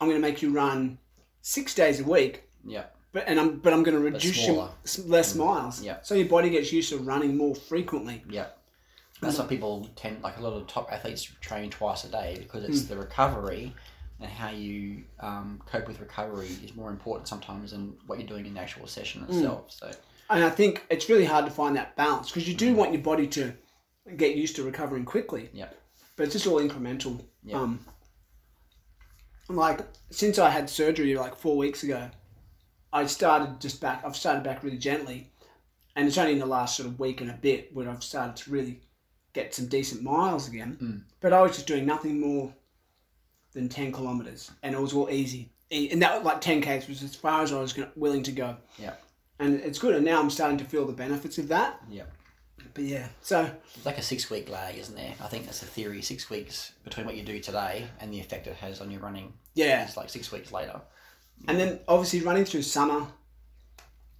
Speaker 2: I'm going to make you run six days a week,
Speaker 1: Yeah.
Speaker 2: but and I'm but I'm going to reduce your
Speaker 1: smaller. Mm.
Speaker 2: s- less miles.
Speaker 1: Yeah.
Speaker 2: So your body gets used to running more frequently.
Speaker 1: Yeah. That's what people tend like a lot of top athletes train twice a day because it's the recovery and how you um, cope with recovery is more important sometimes than what you're doing in the actual session itself. So
Speaker 2: And I think it's really hard to find that balance because you do want your body to get used to recovering quickly,
Speaker 1: yeah.
Speaker 2: but it's just all incremental.
Speaker 1: Yeah.
Speaker 2: Um, like since I had surgery like four weeks ago, I started just back. I've started back really gently, and it's only in the last sort of week and a bit where I've started to really get some decent miles again.
Speaker 1: Mm.
Speaker 2: But I was just doing nothing more than ten kilometers, and it was all easy. E- And that like ten k's was as far as I was gonna, willing to go.
Speaker 1: Yeah.
Speaker 2: And it's good, and now I'm starting to feel the benefits of that.
Speaker 1: Yeah.
Speaker 2: But yeah, so
Speaker 1: It's like a six week lag, isn't there? I think that's a theory, six weeks between what you do today and the effect it has on your running.
Speaker 2: yeah,
Speaker 1: It's like six weeks later.
Speaker 2: And then obviously running through summer,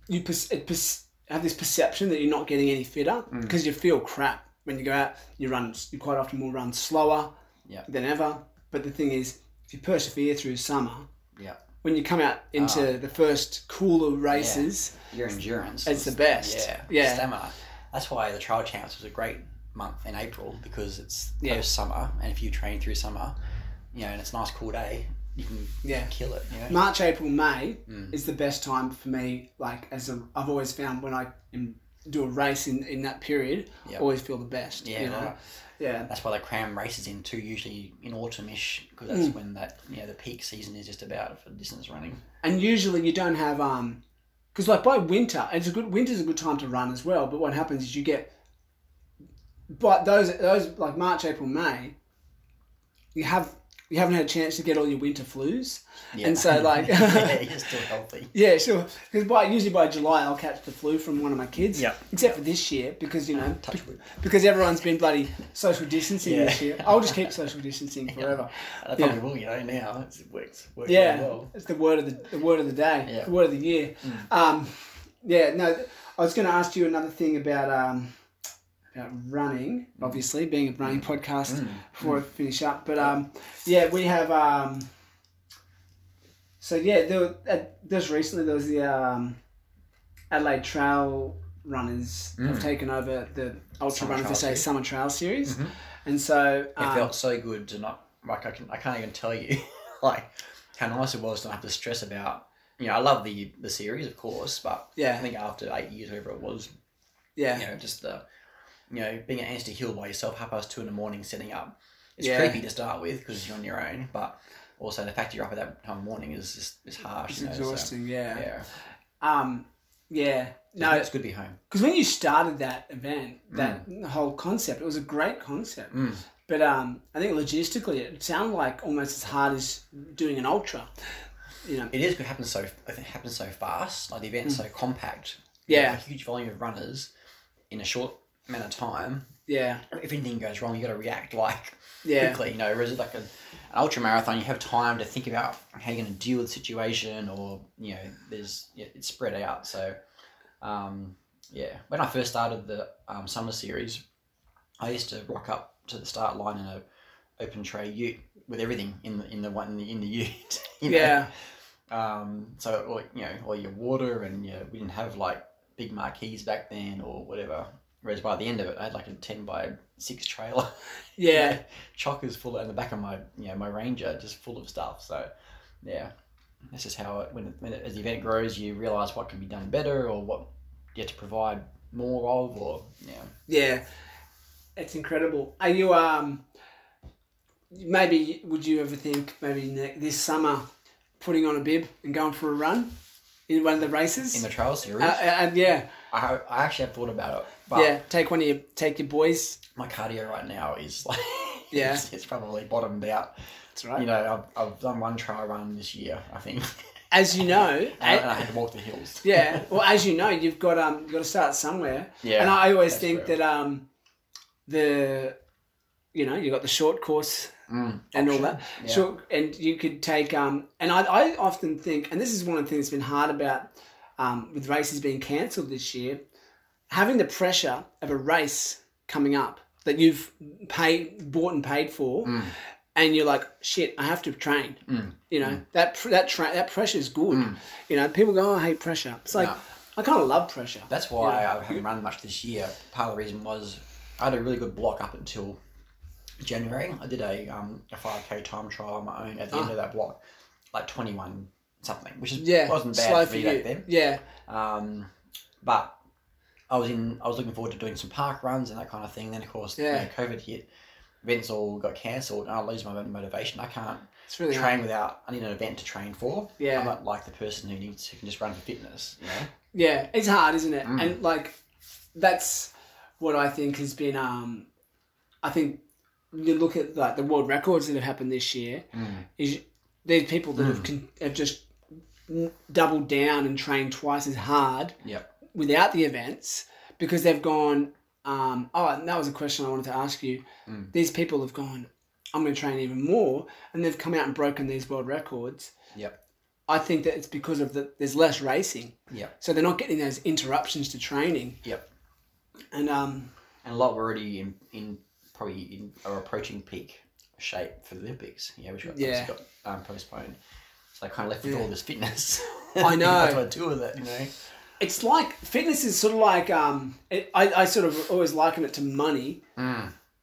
Speaker 2: you pers- it pers- have this perception that you're not getting any fitter
Speaker 1: Mm.
Speaker 2: because you feel crap when you go out. You run, you quite often will run slower
Speaker 1: Yeah.
Speaker 2: than ever. But the thing is, if you persevere through summer,
Speaker 1: Yeah.
Speaker 2: when you come out
Speaker 1: Ah.
Speaker 2: into the first cooler races,
Speaker 1: Your endurance.
Speaker 2: It's
Speaker 1: is-
Speaker 2: the best.
Speaker 1: Yeah.
Speaker 2: Yeah.
Speaker 1: Stamina. That's why the trial champs was a great month in April because it's
Speaker 2: Yeah.
Speaker 1: post summer and if you train through summer, you know, and it's a nice cool day, you can
Speaker 2: Yeah.
Speaker 1: kill it. You know?
Speaker 2: March, April, May
Speaker 1: Mm.
Speaker 2: is the best time for me. Like as a, I've always found when I am, do a race in, in that period, I
Speaker 1: Yeah.
Speaker 2: always feel the best.
Speaker 1: Yeah,
Speaker 2: you know?
Speaker 1: right.
Speaker 2: yeah.
Speaker 1: That's why they cram races in too, usually in autumnish, because that's
Speaker 2: Mm.
Speaker 1: when that you know the peak season is just about for distance running.
Speaker 2: and usually you don't have um because like by winter it's a good winter's a good time to run as well but what happens is you get but those those like march april may you have you haven't had a chance to get all your winter flus
Speaker 1: Yeah.
Speaker 2: And so, like-
Speaker 1: yeah, you're still healthy.
Speaker 2: yeah sure because by usually by july i'll catch the flu from one of my kids
Speaker 1: Yeah.
Speaker 2: except for this year because you know
Speaker 1: Touch wood.
Speaker 2: because everyone's been bloody social distancing
Speaker 1: Yeah.
Speaker 2: this year i'll just keep social distancing forever
Speaker 1: And I probably will, you know, now. It's, it works, works
Speaker 2: Yeah,
Speaker 1: really well.
Speaker 2: it's the word of the, the word of the day,
Speaker 1: Yeah. Mm.
Speaker 2: the word of the year. Um, yeah, no, th- I was going to ask you another thing about um, about running.
Speaker 1: Mm.
Speaker 2: Obviously, being a running podcast before I finish up, but um, yeah, we have. Um, so yeah, there were, uh, just recently there was the um, Adelaide Trail Runners have taken over the Ultra
Speaker 1: Mm. Summer
Speaker 2: Runners, they
Speaker 1: Trail
Speaker 2: say
Speaker 1: Series.
Speaker 2: Summer Trail Series, and so
Speaker 1: It
Speaker 2: um,
Speaker 1: felt so good to not like I can I can't even tell you like how nice it was to not have to stress about you know I love the the series of course but I
Speaker 2: yeah,
Speaker 1: think after eight years whatever it was you
Speaker 2: yeah,
Speaker 1: know just the you know being at Anstey Hill by yourself half past two in the morning setting up it's
Speaker 2: Yeah.
Speaker 1: creepy to start with because you're on your own but also the fact you're up at that time of morning is just is harsh
Speaker 2: it's
Speaker 1: you know, so,
Speaker 2: exhausting.
Speaker 1: yeah,
Speaker 2: Um, yeah.
Speaker 1: no
Speaker 2: No,
Speaker 1: it's good to be home
Speaker 2: because when you started that event, that whole concept, it was a great concept.
Speaker 1: Mm.
Speaker 2: But um, I think logistically, it sounded like almost as hard as doing an ultra. You know,
Speaker 1: it is it happens so it happens so fast like the event's so compact
Speaker 2: Hmm. Yeah.
Speaker 1: a huge volume of runners in a short amount of time
Speaker 2: yeah,
Speaker 1: if anything goes wrong, you got to react like
Speaker 2: yeah,
Speaker 1: quickly. You know, whereas like an, an ultra marathon, you have time to think about how you're going to deal with the situation, or you know, there's yeah, it's spread out. So, um, yeah, when I first started the um, summer series, I used to rock up to the start line in a open tray ute with everything in the in the one in the, in the ute. you know?
Speaker 2: yeah,
Speaker 1: Um, so or you know, or your water and your, we didn't have like big marquees back then or whatever. Whereas by the end of it, I had like a ten by six trailer.
Speaker 2: yeah.
Speaker 1: chockers full and the back of my you know my Ranger just full of stuff. So yeah, that's just how it when, it, when it, as the event grows, you realize what can be done better or what you have to provide more of or yeah.
Speaker 2: Yeah, it's incredible. Are you um? Maybe would you ever think maybe ne- this summer putting on a bib and going for a run in one of the races?
Speaker 1: In the trail series,
Speaker 2: uh, uh, uh, yeah,
Speaker 1: I, I actually have thought about it, but
Speaker 2: yeah. Take one of your take your boys.
Speaker 1: my cardio right now is like
Speaker 2: Yeah.
Speaker 1: it's, it's probably bottomed out.
Speaker 2: That's right.
Speaker 1: You know, I've, I've done one trial run this year, I think,
Speaker 2: as you know,
Speaker 1: and, I
Speaker 2: a-
Speaker 1: had to walk the hills.
Speaker 2: yeah. Well, as you know, you've got um, you've got to start somewhere.
Speaker 1: Yeah,
Speaker 2: and I always
Speaker 1: that's
Speaker 2: think
Speaker 1: true.
Speaker 2: that um, the, you know, you got the short course
Speaker 1: Mm,
Speaker 2: and all
Speaker 1: option.
Speaker 2: that.
Speaker 1: Yeah.
Speaker 2: Sure, and you could take um, and I, I often think, and this is one of the things that's been hard about um, with races being cancelled this year, having the pressure of a race coming up that you've paid, bought and paid for,
Speaker 1: Mm.
Speaker 2: and you're like, shit, I have to train.
Speaker 1: Mm.
Speaker 2: You know that pr- that tra- that pressure is good. You know, people go, oh, I hate pressure. It's like
Speaker 1: No.
Speaker 2: I kind of love pressure.
Speaker 1: That's why I haven't run much this year. Part of the reason was I had a really good block up until January. I did a um a five k time trial on my own at the end of that block, like twenty one something, which is
Speaker 2: Ah. yeah,
Speaker 1: wasn't bad
Speaker 2: slow
Speaker 1: for me back then.
Speaker 2: Yeah,
Speaker 1: Um, but I was in. I was looking forward to doing some park runs and that kind of thing. Then of course, you know,
Speaker 2: Yeah.
Speaker 1: COVID hit. Events all got cancelled, and I lose my motivation. I can't
Speaker 2: it's really hard.
Speaker 1: train without. I need an event to train for.
Speaker 2: Yeah.
Speaker 1: I'm not like the person who needs who can just run for fitness. You know?
Speaker 2: Yeah, it's hard, isn't it?
Speaker 1: Mm.
Speaker 2: And like, that's what I think has been. Um, I think you look at like the world records that have happened this year.
Speaker 1: Mm.
Speaker 2: Is there's people that have con- have just n- doubled down and trained twice as hard
Speaker 1: Yep.
Speaker 2: without the events because they've gone. Um, oh, and that was a question I wanted to ask you.
Speaker 1: Mm.
Speaker 2: These people have gone. I'm going to train even more, and they've come out and broken these world records.
Speaker 1: Yep.
Speaker 2: I think that it's because of the there's less racing.
Speaker 1: Yep.
Speaker 2: So they're not getting those interruptions to training.
Speaker 1: Yep.
Speaker 2: And um,
Speaker 1: And a lot were already in, in probably in, are approaching peak shape for the Olympics. Yeah, which got,
Speaker 2: Yeah.
Speaker 1: obviously got um, postponed. So I kind of left with
Speaker 2: Yeah.
Speaker 1: all this fitness.
Speaker 2: I know.
Speaker 1: That's what I do with it, you know.
Speaker 2: it's like fitness is sort of like um, it, I, I sort of always liken it to money,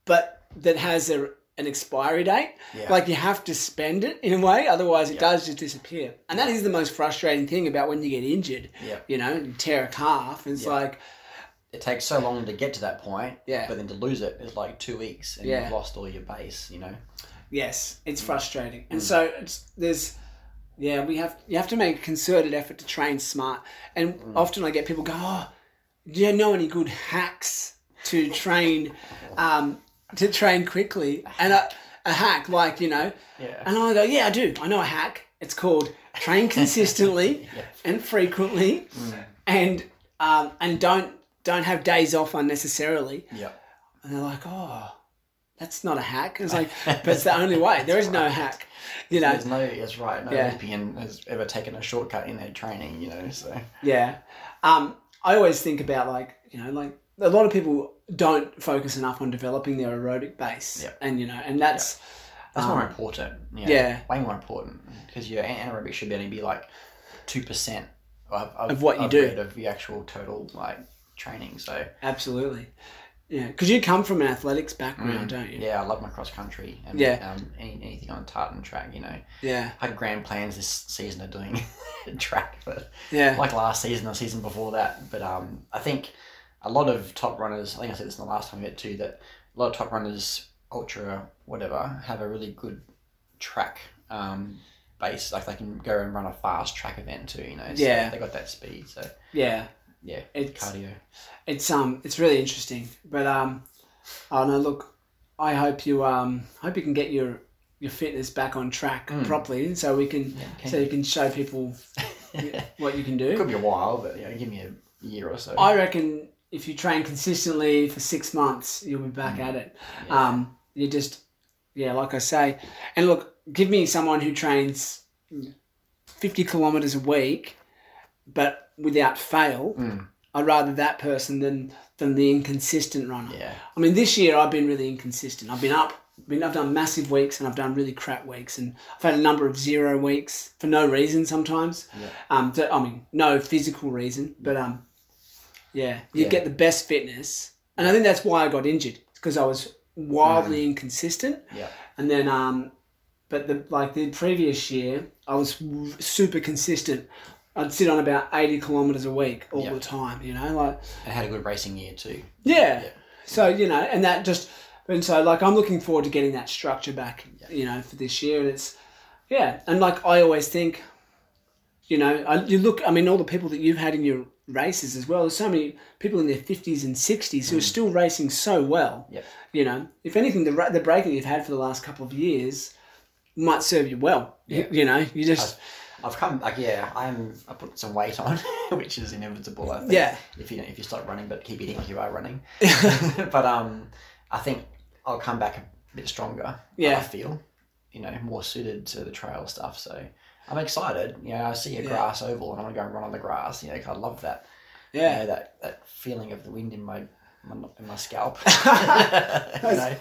Speaker 2: but that has a, an expiry date.
Speaker 1: Yeah.
Speaker 2: Like you have to spend it in a way, otherwise it
Speaker 1: Yeah.
Speaker 2: does just disappear. And that is the most frustrating thing about when you get injured.
Speaker 1: Yeah.
Speaker 2: You know, you tear a calf, and it's
Speaker 1: Yeah.
Speaker 2: like
Speaker 1: It takes so long to get to that point.
Speaker 2: Yeah.
Speaker 1: But then to lose it is like two weeks and
Speaker 2: Yeah.
Speaker 1: you've lost all your base, you know.
Speaker 2: yes, it's frustrating. And so it's, there's. Yeah, we have you have to make a concerted effort to train smart. And often I get people go, "Oh, do you know any good hacks to train um, to train quickly?" And a, a hack, like you know,
Speaker 1: Yeah.
Speaker 2: and I go, "Yeah, I do. I know a hack. It's called train consistently
Speaker 1: Yeah.
Speaker 2: and frequently, and um, and don't don't have days off unnecessarily."
Speaker 1: Yep.
Speaker 2: And they're like, "Oh." That's not a hack. It's like, but it's the only way. There is no hack, you know.
Speaker 1: There's no, that's right, no
Speaker 2: Yeah.
Speaker 1: Olympian has ever taken a shortcut in their training, you know, so.
Speaker 2: Yeah. Um, I always think about like, you know, like a lot of people don't focus enough on developing their aerobic base.
Speaker 1: Yep.
Speaker 2: And you know, and that's
Speaker 1: That's
Speaker 2: Um,
Speaker 1: more important. You know,
Speaker 2: yeah.
Speaker 1: Way more important because your an- anaerobic should only be like two percent of,
Speaker 2: Of what you
Speaker 1: I've
Speaker 2: do.
Speaker 1: read of the actual total like training. So
Speaker 2: absolutely. Yeah, because you come from an athletics background, don't you?
Speaker 1: Mm. yeah, I love my cross country and
Speaker 2: Yeah.
Speaker 1: um, any, anything on tartan track. You know,
Speaker 2: Yeah,
Speaker 1: I had grand plans this season of doing track, but
Speaker 2: yeah,
Speaker 1: like last season, the season before that. But um, I think a lot of top runners. I think I said this in the last time we met too. That a lot of top runners, ultra whatever, have a really good track um, base. Like they can go and run a fast track event too. You know, so
Speaker 2: Yeah.
Speaker 1: they got that speed. So
Speaker 2: yeah.
Speaker 1: yeah,
Speaker 2: It's
Speaker 1: cardio.
Speaker 2: it's um it's really interesting. But um, oh no, look, I hope you um hope you can get your your fitness back on track
Speaker 1: Mm.
Speaker 2: properly, so we can
Speaker 1: Yeah,
Speaker 2: so you can show people what you can do.
Speaker 1: it could be a while, but yeah, give me a year or so.
Speaker 2: I reckon if you train consistently for six months, you'll be back at it.
Speaker 1: Mm. Yeah.
Speaker 2: Um, you just, yeah, like I say, and look, give me someone who trains fifty kilometers a week, but without fail.
Speaker 1: Mm.
Speaker 2: I'd rather that person than than the inconsistent runner.
Speaker 1: yeah,
Speaker 2: I mean, this year I've been really inconsistent. I've been up, been I've done massive weeks and I've done really crap weeks, and I've had a number of zero weeks for no reason sometimes.
Speaker 1: Yeah.
Speaker 2: Um, so, I mean, no physical reason, but um, yeah, you
Speaker 1: Yeah.
Speaker 2: get the best fitness, and I think that's why I got injured because I was wildly
Speaker 1: Mm.
Speaker 2: inconsistent,
Speaker 1: yeah,
Speaker 2: and then um, but the like the previous year I was w- super consistent. I'd sit on about eighty kilometers a week all
Speaker 1: Yeah.
Speaker 2: the time, you know, like
Speaker 1: and had a good racing year too.
Speaker 2: yeah.
Speaker 1: Yeah.
Speaker 2: So you know, and that just and so like I'm looking forward to getting that structure back.
Speaker 1: Yeah.
Speaker 2: You know, for this year, and it's yeah, and like I always think, you know, I, you look. I mean, all the people that you've had in your races as well. There's so many people in their fifties and sixties who are
Speaker 1: Mm.
Speaker 2: still racing so well.
Speaker 1: Yep.
Speaker 2: You know, if anything, the ra- the breaking you've had for the last couple of years might serve you well.
Speaker 1: Yeah.
Speaker 2: You, you know, you just
Speaker 1: I've come like yeah, I'm I put some weight on, which is inevitable. I think.
Speaker 2: Yeah.
Speaker 1: If you if you stop running, but keep eating like you are running. but um, I think I'll come back a bit stronger.
Speaker 2: Yeah.
Speaker 1: I feel, you know, more suited to the trail stuff. So I'm excited. You know, I see a
Speaker 2: Yeah.
Speaker 1: grass oval, and I want to go and run on the grass. You know, 'cause I love that. you
Speaker 2: Yeah.
Speaker 1: know, that, that feeling of the wind in my my, in my scalp. you know?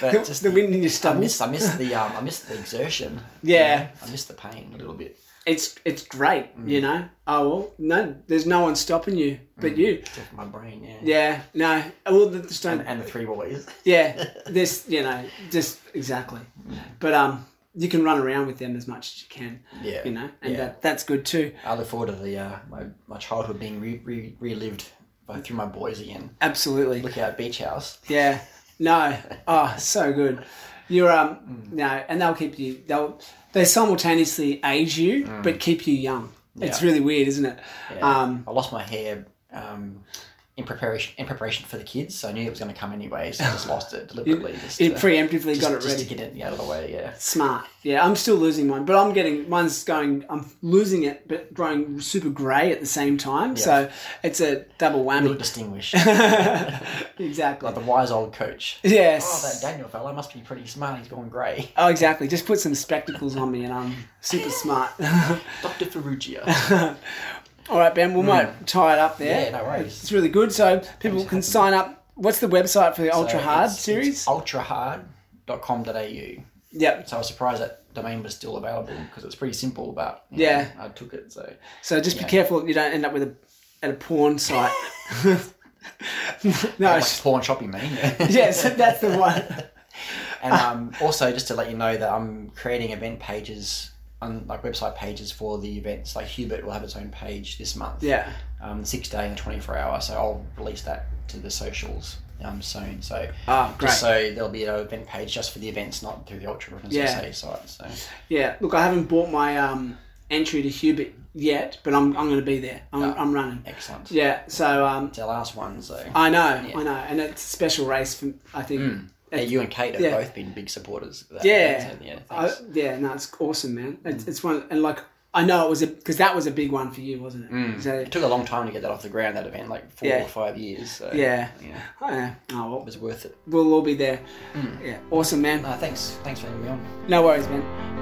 Speaker 1: But just
Speaker 2: the wind in your
Speaker 1: I
Speaker 2: stomach.
Speaker 1: miss I miss the um I miss the exertion.
Speaker 2: Yeah.
Speaker 1: you know? I miss the pain a little bit.
Speaker 2: It's it's great, you
Speaker 1: Mm.
Speaker 2: know. Oh well, no, there's no one stopping you but you.
Speaker 1: Just my brain, yeah.
Speaker 2: Yeah, no. Well, the- just
Speaker 1: And,
Speaker 2: don't.
Speaker 1: and the three boys.
Speaker 2: Yeah, this you know, just exactly. But um, you can run around with them as much as you can,
Speaker 1: Yeah.
Speaker 2: you know, and
Speaker 1: Yeah.
Speaker 2: that that's good too.
Speaker 1: I look forward to the uh, my, my childhood being re- re- relived by through my boys again.
Speaker 2: Absolutely.
Speaker 1: Look out, beach house.
Speaker 2: Yeah. No. Oh, so good. You're
Speaker 1: Mm.
Speaker 2: um no, and they'll keep you. They'll they simultaneously age you but keep you young. It's
Speaker 1: Mm. Yeah.
Speaker 2: really weird, isn't it?
Speaker 1: Yeah.
Speaker 2: Um,
Speaker 1: I lost my hair um, in preparation in preparation for the kids, so I knew it was going to come anyway, so I just lost it deliberately. just
Speaker 2: it
Speaker 1: to-
Speaker 2: preemptively
Speaker 1: just,
Speaker 2: got it
Speaker 1: just
Speaker 2: ready.
Speaker 1: to get it out of the way. Yeah,
Speaker 2: Smart. Yeah, I'm still losing mine, but I'm getting mine's going. I'm losing it, but growing super grey at the same time. So it's a double
Speaker 1: you
Speaker 2: whammy.
Speaker 1: look distinguished.
Speaker 2: exactly.
Speaker 1: like the wise old coach. Oh, that
Speaker 2: Yes.
Speaker 1: Daniel fellow must be pretty smart. He's gone grey.
Speaker 2: Oh, exactly. Just put some spectacles on me, and I'm super smart.
Speaker 1: Doctor Ferrugia.
Speaker 2: All right, Ben, we might tie it up there.
Speaker 1: Hmm. Yeah, no worries.
Speaker 2: It's really good. So people can sign up. What's the website for the
Speaker 1: Uh,
Speaker 2: Ultra Hard series?
Speaker 1: ultrahard.com.au.
Speaker 2: yep.
Speaker 1: So I was surprised that domain was still available because it's pretty simple. But you
Speaker 2: Yeah.
Speaker 1: know, I took it. So
Speaker 2: So just be careful that you don't end up with a at a porn site. no.
Speaker 1: like
Speaker 2: it's-
Speaker 1: porn shopping, man.
Speaker 2: Yes, that's the one.
Speaker 1: And um, also, just to let you know that I'm creating event pages on like website pages for the events. Like Hubert will have his own page this month.
Speaker 2: Yeah.
Speaker 1: Um, the six day and the twenty four hour. So I'll release that to the socials um soon. So
Speaker 2: Ah, great.
Speaker 1: just so there'll be an event page just for the events, not through the Ultra Reference
Speaker 2: Yeah.
Speaker 1: Society site. So
Speaker 2: Yeah. Look, I haven't bought my um, entry to Hubert yet, but I'm, I'm going to be there. I'm, I'm running.
Speaker 1: excellent.
Speaker 2: Yeah. Ah, So um,
Speaker 1: It's our last one. So
Speaker 2: I know, I know, and it's a special race for I think.
Speaker 1: Hey, you and Kate have
Speaker 2: yeah.
Speaker 1: both been big supporters. Of that
Speaker 2: Yeah.
Speaker 1: event, so, yeah.
Speaker 2: I,
Speaker 1: Thanks.
Speaker 2: yeah, no, it's awesome, man. It's, it's one, and like I know it was a because that was a big one for you, wasn't it? So
Speaker 1: it took a long time to get that off the ground. That event, like four
Speaker 2: Yeah.
Speaker 1: or five years. So
Speaker 2: yeah,
Speaker 1: yeah, Mm. it
Speaker 2: oh, yeah. Oh, well,
Speaker 1: was worth it.
Speaker 2: we'll all be there. Yeah, awesome, man.
Speaker 1: No, thanks. Thanks for having me on.
Speaker 2: No worries, man.